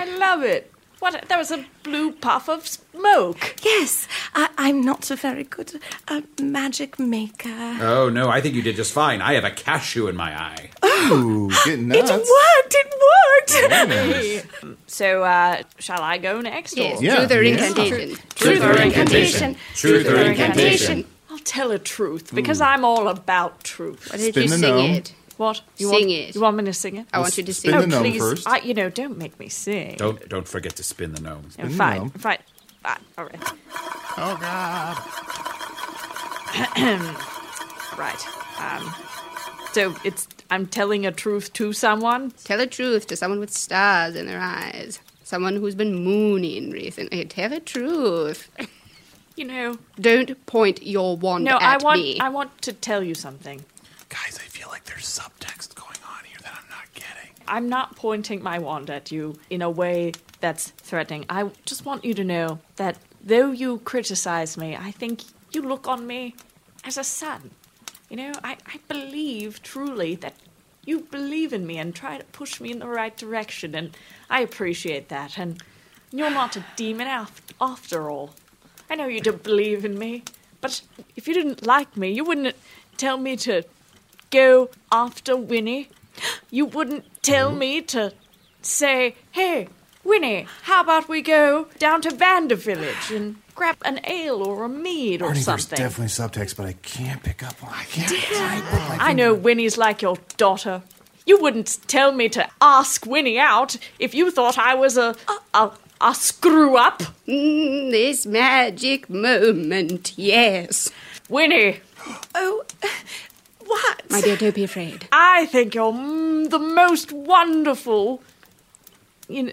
I love it. What? There was a blue puff of smoke.
Yes, I, I'm not a very good uh, magic maker.
Oh no, I think you did just fine. I have a cashew in my eye.
Ooh, getting
It worked! It worked!
Hey, um, so, uh, shall I go next?
Yes,
or?
Yeah. truth or Yeah. incantation. Truth or incantation. Truth or incantation.
I'll tell a truth because I'm all about truth.
Why don't Spin you the sing gnome. it?
What? You
Sing
want,
it.
You want me to sing it?
I want you to sing
oh,
it. Spin the gnome
please.
first. Oh,
I, you know, don't make me sing.
Don't don't forget to spin the gnome.
No, fine, fine, fine. All right.
Oh God.
right. Um, so it's I'm telling a truth to someone.
Tell a truth to someone with stars in their eyes. Someone who's been mooning recently. Tell a truth.
You know.
Don't point your wand
No,
at
I want
me.
I want to tell you something.
Guys, I feel like there's subtext going on here that I'm not getting.
I'm not pointing my wand at you in a way that's threatening. I just want you to know that though you criticize me, I think you look on me as a son. You know, I, I believe truly that you believe in me and try to push me in the right direction, and I appreciate that. And you're not a demon af- after all. I know you don't believe in me, but if you didn't like me, you wouldn't tell me to go after Winnie. You wouldn't tell me to say, hey, Winnie, how about we go down to Vander Village and grab an ale or a mead
Arnie,
or
there's
something?
definitely subtext, but I can't pick up on. I can't.
I know Winnie's like your daughter. You wouldn't tell me to ask Winnie out if you thought I was a a, a screw up.
Mm, this magic moment, yes.
Winnie,
Oh, what?
My dear, don't be afraid.
I think you're mm, the most wonderful you know,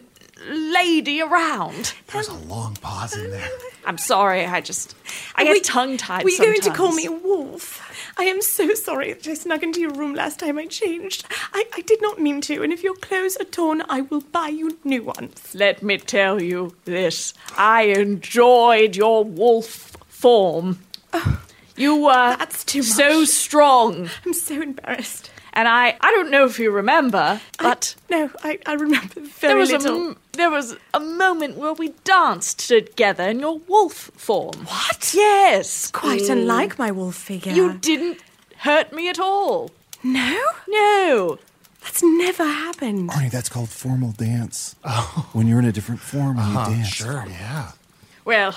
lady around.
There's a long pause in there.
I'm sorry, I just I
Were-
get tongue tied.
Were you going to call me a wolf? I am so sorry that I snug into your room last time I changed. I, I did not mean to, and if your clothes are torn, I will buy you new ones.
Let me tell you this. I enjoyed your wolf form. You were so strong.
I'm so embarrassed.
And I, I don't know if you remember, but
no, I, I remember very
there was
little.
a m- there was a moment where we danced together in your wolf form. What? Yes.
Quite unlike my wolf figure.
Mm. You didn't hurt me at all.
No?
No.
That's never happened.
Arnie, that's called formal dance. Oh. When you're in a different form and
Uh-huh,
you dance.
Sure, yeah.
Well,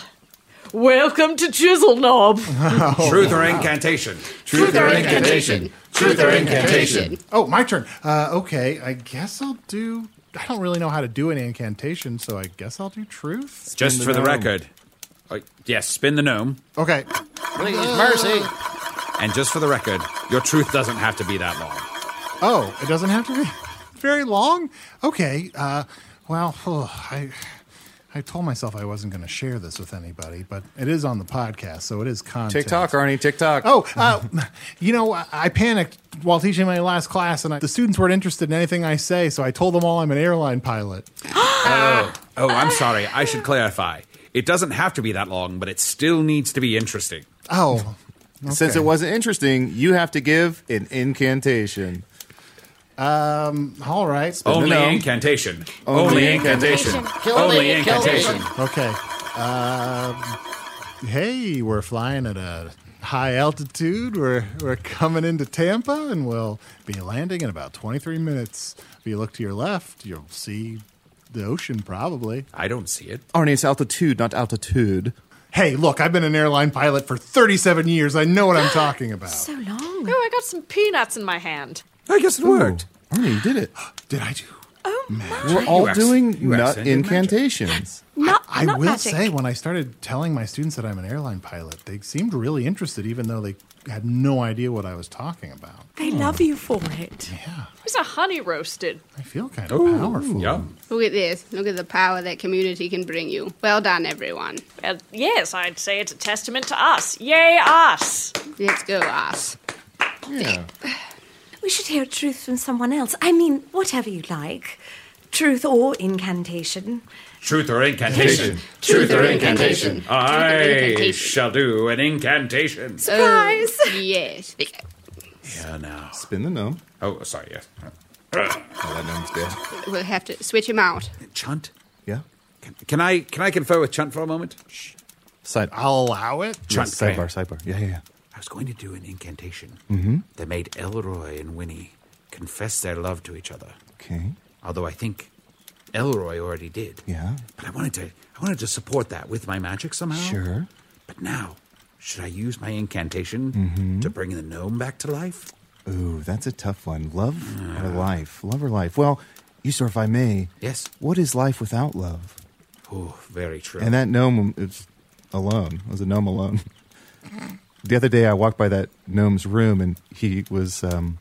welcome to Chisel Knob.
Oh,
Oh.
Truth or incantation? Truth or incantation? Truth or incantation?
Oh, my turn. Uh, okay, I guess I'll do. I don't really know how to do an incantation, so I guess I'll do truth.
Just
Spin
for the
gnome.
record. Uh, yes, spin the gnome.
Okay.
Please, mercy. And just for the record, your truth doesn't have to be that long.
Oh, it doesn't have to be very long? Okay. Uh, well, oh, I. I told myself I wasn't going to share this with anybody, but it is on the podcast, so it is content.
TikTok, Arnie, TikTok.
Oh, uh, you know, I, I panicked while teaching my last class, and I, the students weren't interested in anything I say, so I told them all I'm an airline pilot.
Ah.
oh, oh, I'm sorry. I should clarify. It doesn't have to be that long, but it still needs to be interesting.
Oh.
Since it wasn't interesting, you have to give an incantation.
Um, all right.
Only
no.
incantation.
Only
Only incantation.
Kill
Only
me, kill me.
incantation.
Okay. Um, hey, we're flying at a high altitude. We're we're coming into Tampa, and we'll be landing in about 23 minutes. If you look to your left, you'll see the ocean, probably.
I don't see it.
Arnie, it's altitude, not altitude.
Hey, look, I've been an airline pilot for 37 years. I know what I'm talking about.
So long. Oh, I got some peanuts in my hand.
I guess it worked.
Arnie, you did it.
Did I do?
Oh,
Oh,
We're
You
all
ex-
doing
you
nut
accented magic.
incantations.
Not,
I
not
will
magic.
say, when I started telling my students that I'm an airline pilot, they seemed really interested, even though they had no idea what I was talking about.
They
Hmm.
love you for it.
It's a honey roasted.
I feel kind of powerful.
Yeah.
Look at this. Look at the power that community can bring you. Well done, everyone.
Well, yes, I'd say it's a testament to us. Yay, us!
Let's go, us.
Yeah.
We should hear truth from someone else. I mean, whatever you like. Truth or incantation.
Truth or incantation.
Truth or incantation? Truth or
I
incantation?
shall do an incantation.
Surprise!
Oh, yes.
Yeah, now.
Spin the gnome.
Oh, sorry. Yes.
Oh, that gnome's dead.
We'll have to switch him out.
Chunt.
Yeah.
Can, can I can I confer with Chunt for a moment?
Side.
I'll allow it.
Chunt,
Yes,
come here.
sidebar, sidebar. Yeah, yeah, yeah.
I was going to do an incantation mm-hmm. that made Elroy and Winnie confess their love to each other.
Okay.
Although I think Elroy already did.
Yeah.
But I wanted to I wanted to support that with my magic somehow.
Sure.
But now, should I use my incantation
Mm-hmm.
to bring the gnome back to life?
Ooh, that's a tough one. Love or life? Love or life? Well, you sir, if I may.
Yes.
What is life without love?
Oh, very true.
And that gnome is alone. It was a gnome alone. the other day, I walked by that gnome's room, and he was um,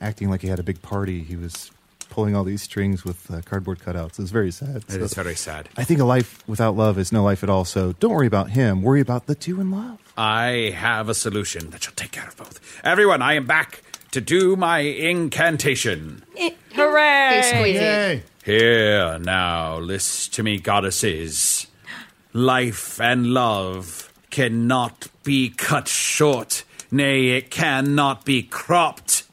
acting like he had a big party. He was pulling all these strings with uh, cardboard cutouts. It was very sad.
That is very sad.
I think a life without love is no life at all. So don't worry about him. Worry about the two in love.
I have a solution that shall take care of both. Everyone, I am back to do my incantation.
Hooray!
Exquisite.
Yay.
Here now, list to me, goddesses. Life and love cannot be cut short, nay, it cannot be cropped.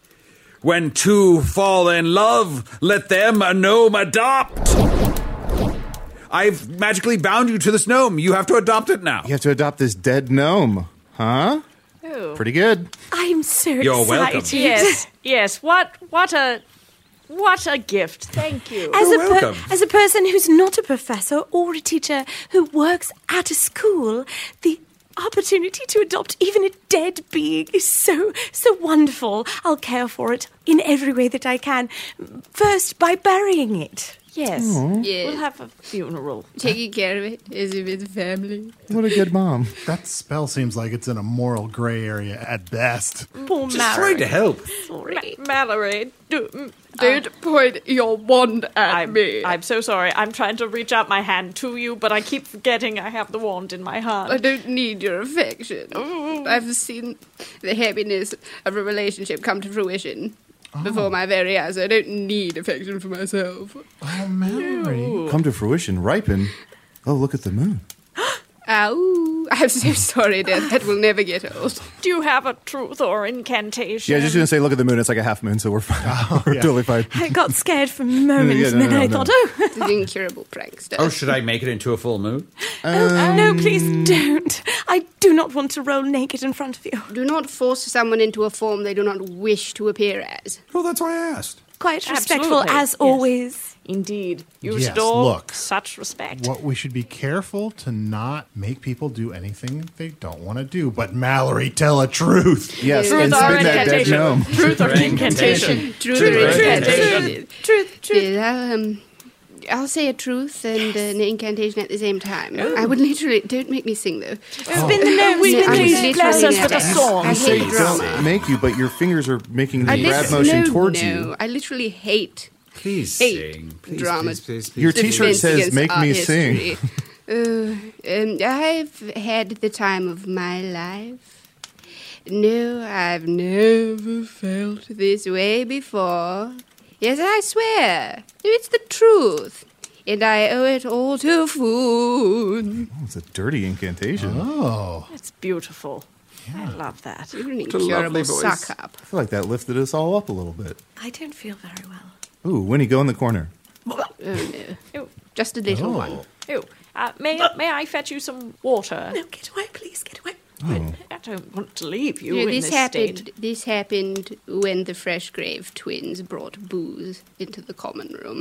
When two fall in love, let them a gnome adopt. I've magically bound you to this gnome. You have to adopt it now.
You have to adopt this dead gnome, huh?
Oh.
Pretty good.
I'm so
You're welcome.
excited.
Yes, yes. What, what a, what a gift. Thank you.
As a,
You're
per-
welcome.
as a person who's not a professor or a teacher who works at a school, the opportunity to adopt even a dead being is so, so wonderful. I'll care for it in every way that I can. First, by burying it.
Yes.
Yes.
We'll have a funeral.
Taking care of it is if it's family.
What a good mom.
That spell seems like it's in a moral gray area at best.
Poor
Just trying to help.
Mallory.
Mallory, do, mm,
Don't point your wand at
I'm,
me.
I'm so sorry. I'm trying to reach out my hand to you, but I keep forgetting I have the wand in
I
my hand.
don't need your affection.
Oh.
I've seen the happiness of a relationship come to fruition before my very eyes. I don't need affection for myself.
Oh, Mallory.
Come to fruition, ripen. Oh, look at the moon.
Ow. I'm so sorry, Dad. That will never get old.
Do you have a truth or incantation?
Yeah, I was just gonna say, look at the moon. It's like a half moon, so we're fine.
Oh,
we're totally fine.
I got scared for a moment,
Yeah, no,
and then
no,
I
no.
thought, oh,
These incurable prankster.
Oh, should I make it into a full moon?
Oh,
Um,
no, please
Mm.
don't. I do not want to roll naked in front of you.
Do not force someone into a form they do not wish to appear as.
Well, that's why I asked.
Quite respectful,
Absolutely,
as
yes.
always.
Indeed. You
Yes,
store
look.
such respect.
What we should be careful to not make people do anything they don't want to do. But Mallory, tell a truth.
Yes,
Truth
and
or
spin that dead
incantation?
gnome.
Truth or incantation?
Truth or incantation.
Truth, truth.
Yeah, um, I'll say a truth and an incantation at the same time. I would literally. Don't make me sing, though.
Spin the nose,
Yeah,
spin
I'm
the nose.
literally
bless us with a
nervous.
song.
I
You
hate
Don't
drama.
make you, but your fingers are making
I
the grab
lit-
motion
no,
towards
no,
you.
I literally hate
Please
Eight.
sing. Please,
Drama.
please, please, please,
Your
please.
T-shirt
defense
says,
against
"Make
art
me sing."
history. Uh, um, I've had the time of my life. No, I've never felt this way before. Yes, I swear. It's the truth. And I owe it all to food.
Oh, it's a dirty incantation.
Oh,
It's beautiful. I love that.
You're an
a lovely
incurable
voice.
suck up.
I feel like that lifted us all up a little bit.
I don't feel very well.
Ooh, Winnie, go in the corner.
Oh, no.
Ew,
Just a little
Oh.
one.
ew. Uh, may, may I fetch you some water?
No, get away, please, get away.
Hmm.
I don't want to leave you
You know,
in
this,
this
happened.
state.
This happened when the Fresh Grave twins brought booze into the common room.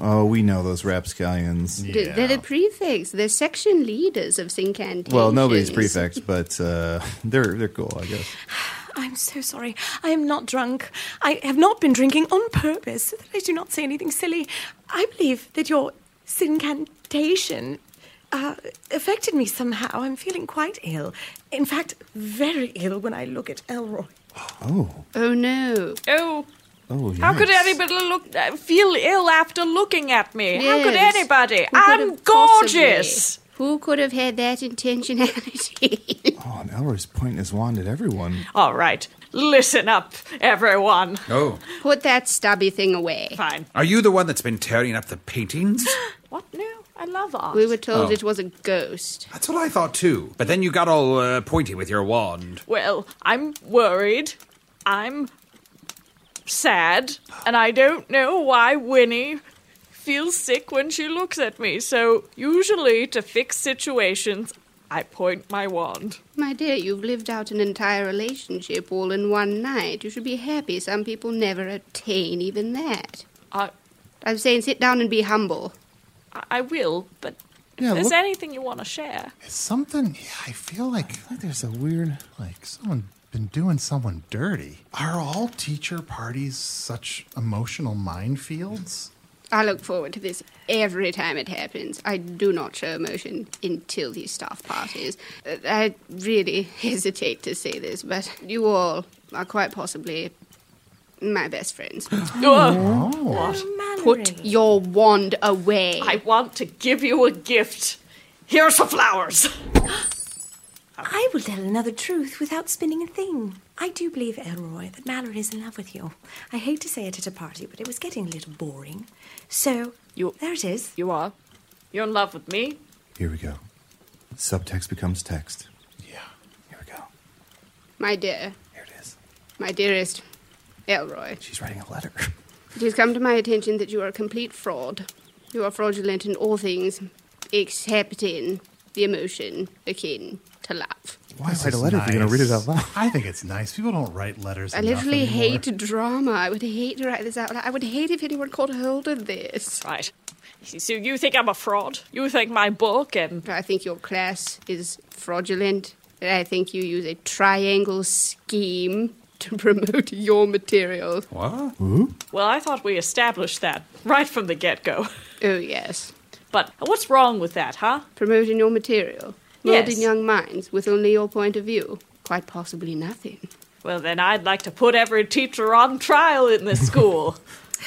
Oh, we know those rapscallions.
Th- They're the prefects. They're section leaders of Sincantations.
Well, nobody's prefects, but uh, they're they're cool, I guess.
I'm so sorry. I am not drunk. I have not been drinking on purpose so that I do not say anything silly. I believe that your syncantation uh, affected me somehow. I'm feeling quite ill. In fact, very ill when I look at Elroy.
Oh no!
Oh,
Oh, yes.
how could anybody look uh, feel ill after looking at me? How could
Yes.
anybody?
Who could
I'm
have
gorgeous.
possibly- Who could have had that intentionality?
Oh, and Elroy's pointing his wand at everyone.
All right, listen up, everyone.
Oh,
Put that stubby thing away.
Fine.
Are you the one that's been tearing up the paintings?
What? No, I love art.
We were
Oh.
told it was a ghost.
That's what I thought too. But then you got all uh, pointy with your wand.
Well, I'm worried. I'm sad. And I don't know why Winnie feels sick when she looks at me. So, usually, to fix situations, I point my wand.
My dear, you've lived out an entire relationship all in one night. You should be happy. Some people never attain even that.
I,
I'm saying sit down and be humble.
I- I will, but
Yeah,
if there's
look-
anything you want to share,
it's something. Yeah, I feel like
I think there's a weird.
like someone been doing someone dirty. Are all teacher parties such emotional minefields?
I look forward to this every time it happens. I do not show emotion until these staff parties. Uh, I really hesitate to say this, but you all are quite possibly my best friends.
Ugh,
Put your wand away.
I want to give you a gift. Here's the flowers.
I will tell another truth without spinning a thing. I do believe, Elroy, that Mallory is in love with you. I hate to say it at a party, but it was getting a little boring. So,
You-
there it is.
You are. You're in love with me?
Here we go. Subtext becomes text.
Yeah.
Here we go.
My dear,
Here it is.
my dearest Elroy,
She's writing a letter.
it has come to my attention that you are a complete fraud. You are fraudulent in all things except in the emotion akin to love.
Why
This
write a
is
letter if you're going to read it out loud?
I think it's nice. People don't write letters.
I
enough
literally
anymore.
hate drama. I would hate to write this out. I would hate if anyone caught hold of this.
Right. So you think I'm a fraud? You think my book and
I think your class is fraudulent. and I think you use a triangle scheme to promote your material.
What?
Well, I thought we established that right from the get go.
Oh, yes.
But what's wrong with that, huh?
Promoting your material. Molding
Yes.
young minds with only your point of view. Quite possibly nothing.
Well, then I'd like to put every teacher on trial in this school.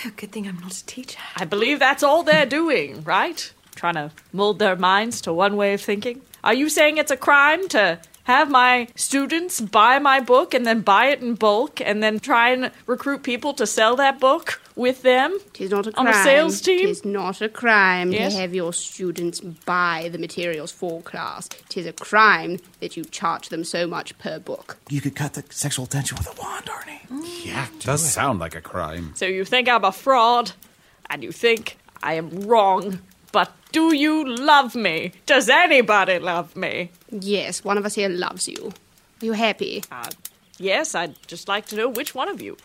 Oh, good thing I'm not a teacher.
I believe that's all they're doing, right? Trying to mold their minds to one way of thinking. Are you saying it's a crime to have my students buy my book and then buy it in bulk and then try and recruit people to sell that book with them
Tis not a crime.
on a sales team.
Tis not a crime
Yes?
to have your students buy the materials for class. Tis a crime that you charge them so much per book.
You could cut the sexual tension with a wand, Arnie.
Yeah,
does sound like a crime.
So you think I'm a fraud, and you think I am wrong, but do you love me? Does anybody love me?
Yes, one of us here loves you. Are you happy?
Uh, Yes, I'd just like to know which one of you.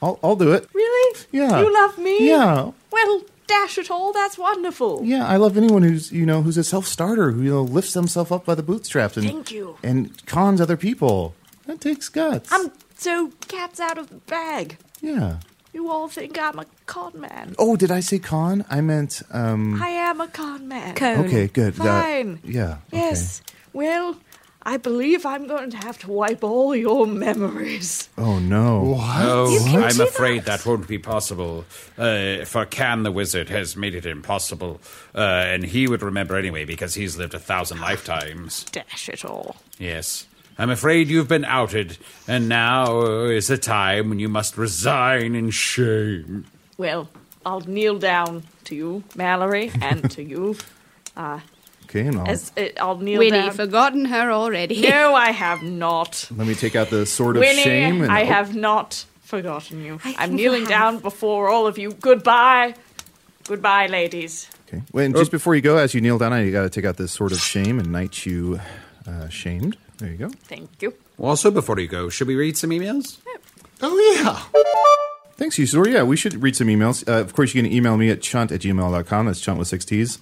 I'll, I'll do it.
Really?
Yeah.
You love me?
Yeah.
Well, dash it all, that's wonderful.
Yeah, I love anyone who's you know who's a self starter who you know lifts themselves up by the bootstraps and
Thank you.
and cons other people. That takes guts.
I'm so cat's out of the bag.
yeah.
You all think I'm a con man.
Oh, did I say con? I meant um.
I am a con man.
Okay, good. That-
Fine.
yeah.
Yes. Well, I believe I'm going to have to wipe all your memories.
Okay. Oh no.
No,
You can
I'm
do
afraid that. won't be possible. Uh, for Can the Wizard has made it impossible, uh, and he would remember anyway because he's lived a thousand lifetimes.
Dash it all.
Yes. I'm afraid you've been outed, and now uh, is the time when you must resign in shame.
Well, I'll kneel down to you, Mallory, and to you. Uh,
Okay, and I'll,
as, uh, I'll kneel
Winnie,
down.
forgotten her already.
No, I have not.
let me take out the sword of
Winnie,
shame. And,
I
oh,
have not forgotten you.
I think
I'm
you
kneeling
have.
down before all of you. Goodbye. Goodbye, ladies.
Okay. Wait, and just before you go, as you kneel down, I got to take out the sword of shame and knight you uh, shamed. There you go.
Thank you.
Also, before you go, should we read some emails?
Oh, yeah.
Thanks, Usador. Yeah, we should read some emails. Uh, of course, you can email me at chunt at gmail.com. That's chunt with six T's.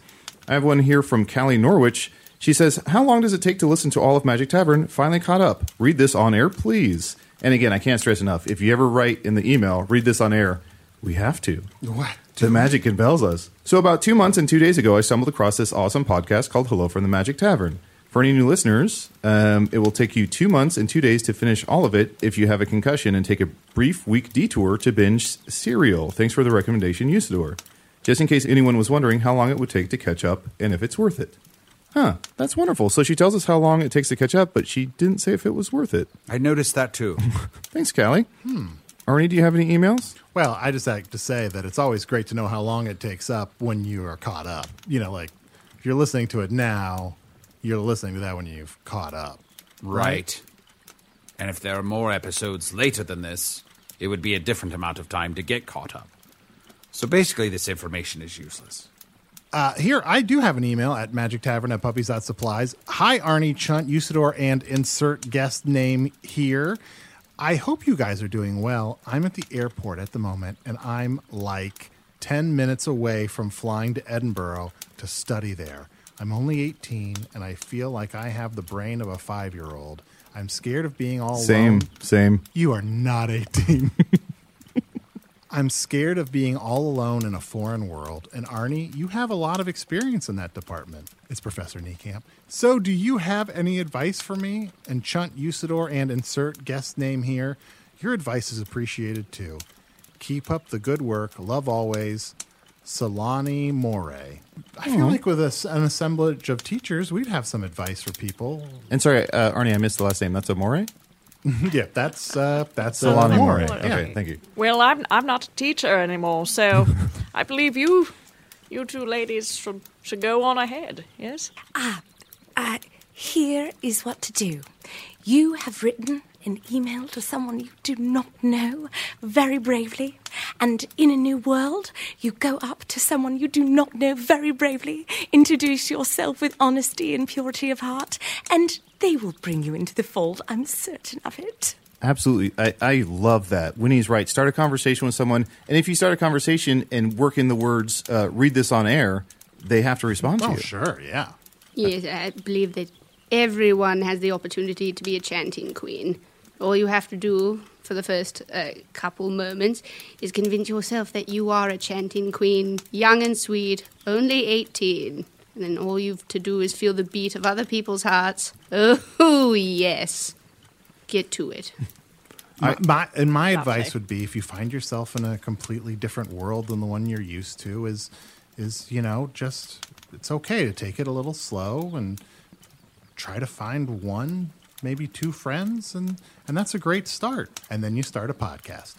I have one here from Callie Norwich. She says, How long does it take to listen to all of Magic Tavern? Finally caught up. Read this on air, please. And again, I can't stress enough if you ever write in the email, read this on air, we have to.
What?
The magic compels us. So, about two months and two days ago, I stumbled across this awesome podcast called Hello from the Magic Tavern. For any new listeners, um, it will take you two months and two days to finish all of it if you have a concussion and take a brief week detour to binge s- cereal. Thanks for the recommendation, Usador. Just in case anyone was wondering how long it would take to catch up and if it's worth it. Huh, that's wonderful. So she tells us how long it takes to catch up, but she didn't say if it was worth it.
I noticed that too. Hmm.
Thanks, Callie. Arnie, do you have any emails?
Well, I just like to say that it's always great to know how long it takes up when you are caught up. You know, like if you're listening to it now, you're listening to that when you've caught up.
Right. And if there are more episodes later than this, it would be a different amount of time to get caught up. So basically, this information is useless.
Uh, here, I do have an email at magic tavern at puppies.supplies. Hi, Arnie, Chunt, Usador, and insert guest name here. I hope you guys are doing well. I'm at the airport at the moment, and I'm like 10 minutes away from flying to Edinburgh to study there. I'm only 18, and I feel like I have the brain of a five year old. I'm scared of being
Oh,
all
Same,
alone.
same.
You are not 18. I'm scared of being all alone in a foreign world. And Arnie, you have a lot of experience in that department. It's Professor Niekamp. So, do you have any advice for me? And Chunt Usador and insert guest name here. Your advice is appreciated too. Keep up the good work. Love always. Solani More. I feel like with a, an assemblage of teachers, we'd have some advice for people.
And sorry, uh, Arnie, I missed the last name. That's Amore?
yeah, that's uh, that's uh,
Solani More.
Moray.
Okay, thank you.
Well, I'm I'm not a teacher anymore, so I believe you you two ladies should should go on ahead. Yes.
Uh, here is what to do. You have written an email to someone you do not know very bravely, and in a new world, you go up to someone you do not know very bravely, introduce yourself with honesty and purity of heart, and they will bring you into the fold. I'm certain of it.
Absolutely. I, I love that. Winnie's right. Start a conversation with someone. And if you start a conversation and work in the words, uh, read this on air, they have to respond to
Oh,
you.
sure, yeah.
Yes, I believe that everyone has the opportunity to be a chanting queen. All you have to do for the first uh, couple moments is convince yourself that you are a chanting queen, young and sweet, only 18. And then all you've to do is feel the beat of other people's hearts. Oh, yes. Get to it.
My, my and my advice would be if you find yourself in a completely different world than the one you're used to is is you know just it's okay to take it a little slow and try to find one, maybe two friends, and, and that's a great start. And then you start a podcast.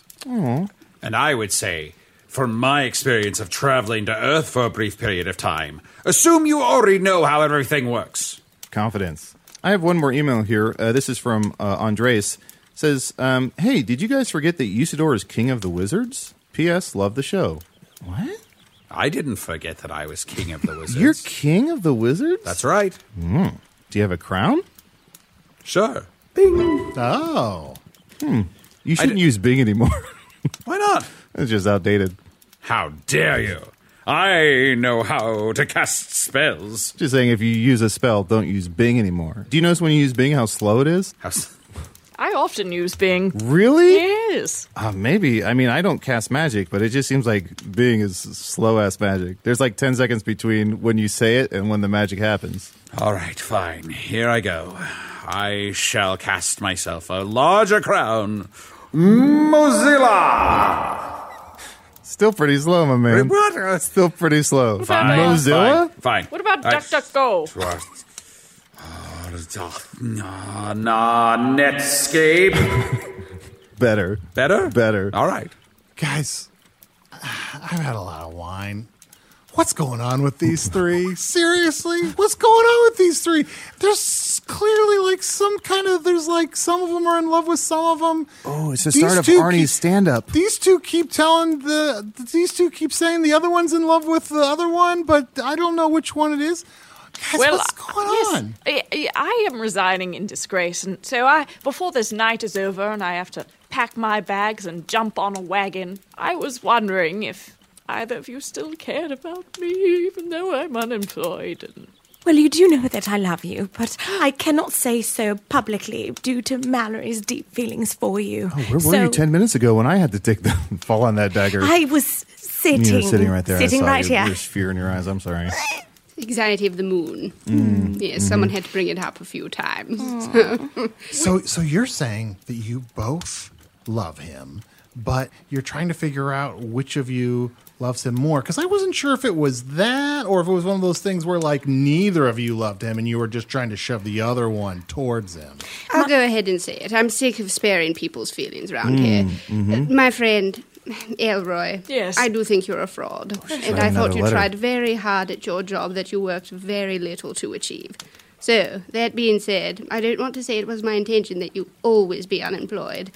And I would say, from my experience of traveling to Earth for a brief period of time, assume you already know how everything works.
Confidence. I have one more email here. Uh, this is from uh, Andres. Says, um, "Hey, did you guys forget that Usador is king of the wizards? P.S. Love the show. What?
I didn't forget that I was king of the wizards.
You're king of the wizards?
That's right.
Mm. Do you have a crown?
Sure.
Bing. Oh.
Hmm. You shouldn't use Bing anymore.
Why not?
it's just outdated.
How dare you? I know how to cast spells.
Just saying, if you use a spell, don't use Bing anymore. Do you notice when you use Bing how slow it is?
How
I often use Bing.
Really?
Yes.
Uh, maybe. I mean, I don't cast magic, but it just seems like Bing is slow ass magic. There's like 10 seconds between when you say it and when the magic happens.
All right, fine. Here I go. I shall cast myself a larger crown. Mozilla!
Still pretty slow, my man.
What?
Still pretty slow.
about that?
Mozilla?
Fine. fine.
What about
I-
DuckDuckGo?
Nah, nah, Netscape.
Better.
Better?
Better.
All right.
Guys, I've had a lot of wine. What's going on with these three? Seriously? What's going on with these three? There's clearly like some kind of, there's like some of them are in love with some of them.
Oh, it's the
These
start of
two
Arnie's
keep-
stand up.
These two keep telling the, these two keep saying the other one's in love with the other one, but I don't know which one it is. Guys, what's
uh,
going
yes,
on?
I, I- I am resigning in disgrace, and so I, before this night is over, and I have to pack my bags and jump on a wagon. I was wondering if either of you still cared about me, even though I'm unemployed. And
Well, you do know that I love you, but I cannot say so publicly due to Mallory's deep feelings for you.
Oh, where were
so
you 10 minutes ago when I had to take the fall on that dagger?
I was sitting,
You were sitting right there.
sitting
I saw
right
you.
here.
There's fear in your eyes. I'm sorry.
Anxiety of the moon.
Mm,
Yes, someone
mm-hmm.
had to bring it up a few times.
So, so you're saying that you both love him, but you're trying to figure out which of you loves him more? Because I wasn't sure if it was that or if it was one of those things where like neither of you loved him and you were just trying to shove the other one towards him.
I'll go ahead and say it. I'm sick of sparing people's feelings around
Hmm.
here. Uh, My friend, Elroy.
Yes.
I do think you're a fraud. and
writing
I thought
Oh, another
you
letter.
tried very hard at your job that you worked very little to achieve. So, that being said, I don't want to say it was my intention that you always be unemployed,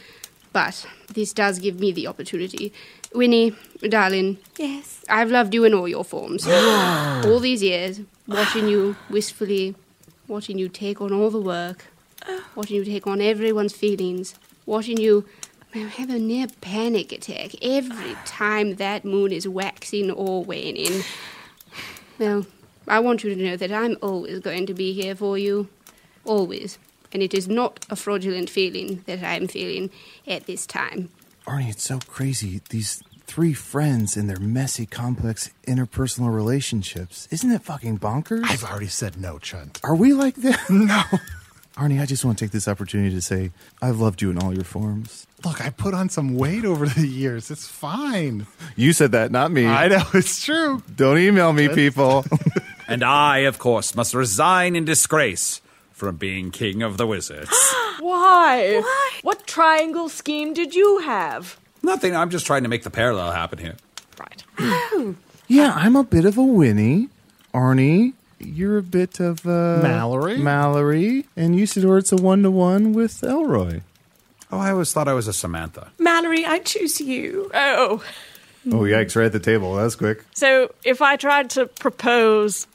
but this does give me the opportunity. Winnie, darling,
Yes.
I've loved you in all your forms. all these years, watching you wistfully, watching you take on all the work, watching you take on everyone's feelings, watching you have a near panic attack every time that moon is waxing or waning. Well, I want you to know that I'm always going to be here for you. Always. And it is not a fraudulent feeling that I am feeling at this time.
Arnie, it's so crazy. These three friends and their messy, complex interpersonal relationships. Isn't it fucking bonkers?
I've already said no, Chunt.
Are we like that? No. Arnie, I just want to take this opportunity to say I've loved you in all your forms.
Look, I put on some weight over the years. It's fine.
You said that, not me.
I know it's true.
Don't email me, people.
And I, of course, must resign in disgrace from being king of the wizards.
why? What triangle scheme did you have?
Nothing. I'm just trying to make the parallel happen here.
Right.
yeah, I'm a bit of a Winnie. Arnie, you're a bit of uh,
Mallory?
Mallory, and Usador, it's a one to one with Elroy.
Oh, I always thought I was a Samantha.
Mallory, I choose you.
Oh,
Oh yikes! Right at the table. That's quick.
so if I tried to propose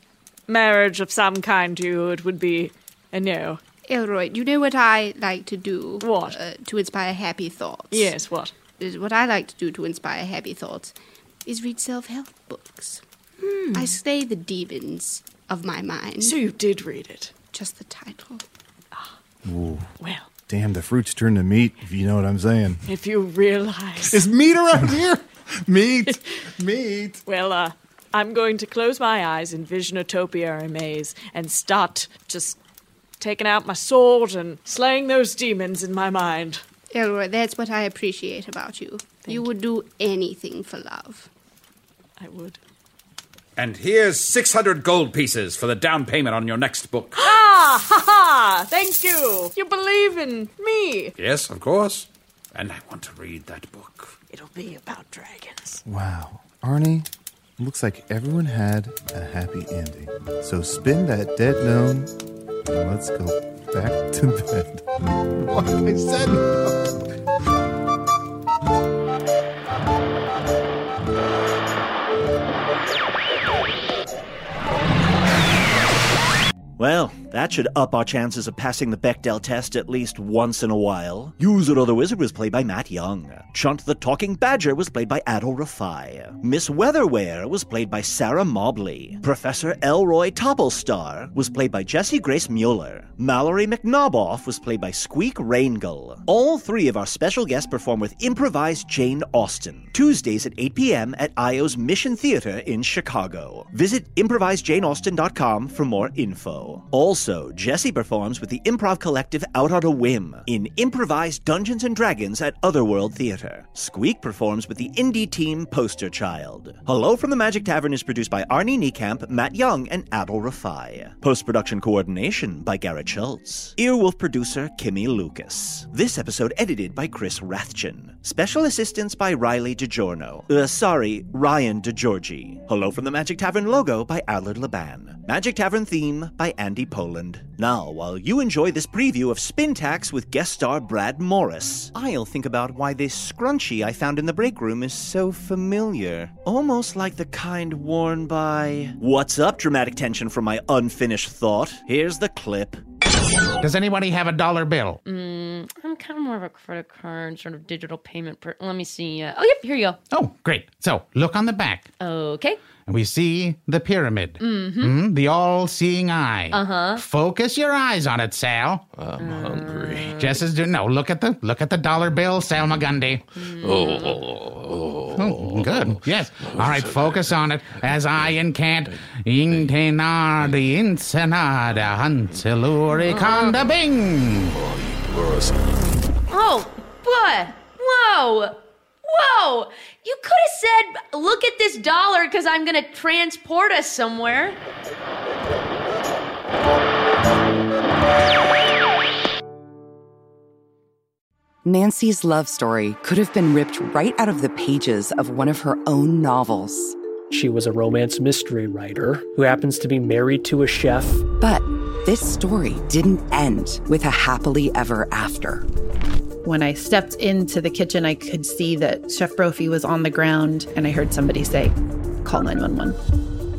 marriage of some kind to you, it would be a no.
Elroy, do you know what I like to do?
What?
Uh, to inspire happy thoughts.
Yes, what?
is what I like to do to inspire happy thoughts is read self help books. I slay the demons of my mind.
Hmm. So you did read it.
Just the title.
Well,
Damn, the fruits turn to meat. If you know what I'm saying.
if you realize.
Is meat around here? meat, meat.
Well, uh, I'm going to close my eyes, envision Utopia and maze, and start just taking out my sword and slaying those demons in my mind.
Elroy, that's what I appreciate about you. you would do anything for love.
I would.
And here's 600 gold pieces for the down payment on your next book.
Ah, ha ha! Thank you. You believe in me.
Yes, of course. And I want to read that book.
It'll be about dragons.
Wow. Arnie, it looks like everyone had a happy ending. So spin that dead gnome and let's go back to bed. What I said.
Well, that should up our chances of passing the Bechdel test at least once in a while. User or the Wizard was played by Matt Young. Chunt the Talking Badger was played by Adol Rafai. Miss Weatherware was played by Sarah Mobley. Professor Elroy Topplestar was played by Jesse Grace Mueller. Mallory McNoboff was played by Squeak Rangel. All three of our special guests perform with improvised Jane Austen. Tuesdays at 8 p.m. at IO's Mission Theater in Chicago. Visit improvisejaneausten.com for more info. Also, Jesse performs with the improv collective Out on a Whim in improvised Dungeons and Dragons at Otherworld Theater. Squeak performs with the indie team Poster Child. Hello from the Magic Tavern is produced by Arnie Niekamp, Matt Young, and Adol Rafai. Post production coordination by Garrett Schultz. Earwolf producer Kimmy Lucas. This episode edited by Chris Rathjen. Special assistance by Riley DiGiorno. Uh, sorry, Ryan DiGiorgi. Hello from the Magic Tavern logo by Allard Laban. Magic Tavern theme by Andy Poland. Now, while you enjoy this preview of Spin Tax with guest star Brad Morris, I'll think about why this scrunchie I found in the break room is so familiar. Almost like the kind worn by. What's up, dramatic tension from my unfinished thought? Here's the clip.
Does anybody have a dollar bill?
Mm, I'm kind of more of a credit card, sort of digital payment. Per- Let me see. Uh, oh, yep, here you
Oh, great. So look on the back,
go. Okay.
and we see the pyramid.
Mm-hmm.
Mm, the all seeing eye.
Uh huh.
Focus your eyes on it, Sal. I'm hungry.
Uh.
Jess is doing no. Look at the look at the dollar bill, Sal Magundi.
Mm.
Oh,
Oh, good. Yes. All right. Focus on it as I incant. Intenardi insenada huntiluri
Uh-huh.
conda bing.
Oh, boy. Whoa. Whoa. You could have said, look at this dollar because I'm going to transport us somewhere.
Nancy's love story could have been ripped right out of the pages of one of her own novels.
She was a romance mystery writer who happens to be married to a chef.
But this story didn't end with a happily ever after.
When I stepped into the kitchen, I could see that Chef Brophy was on the ground, and I heard somebody say, Call 911.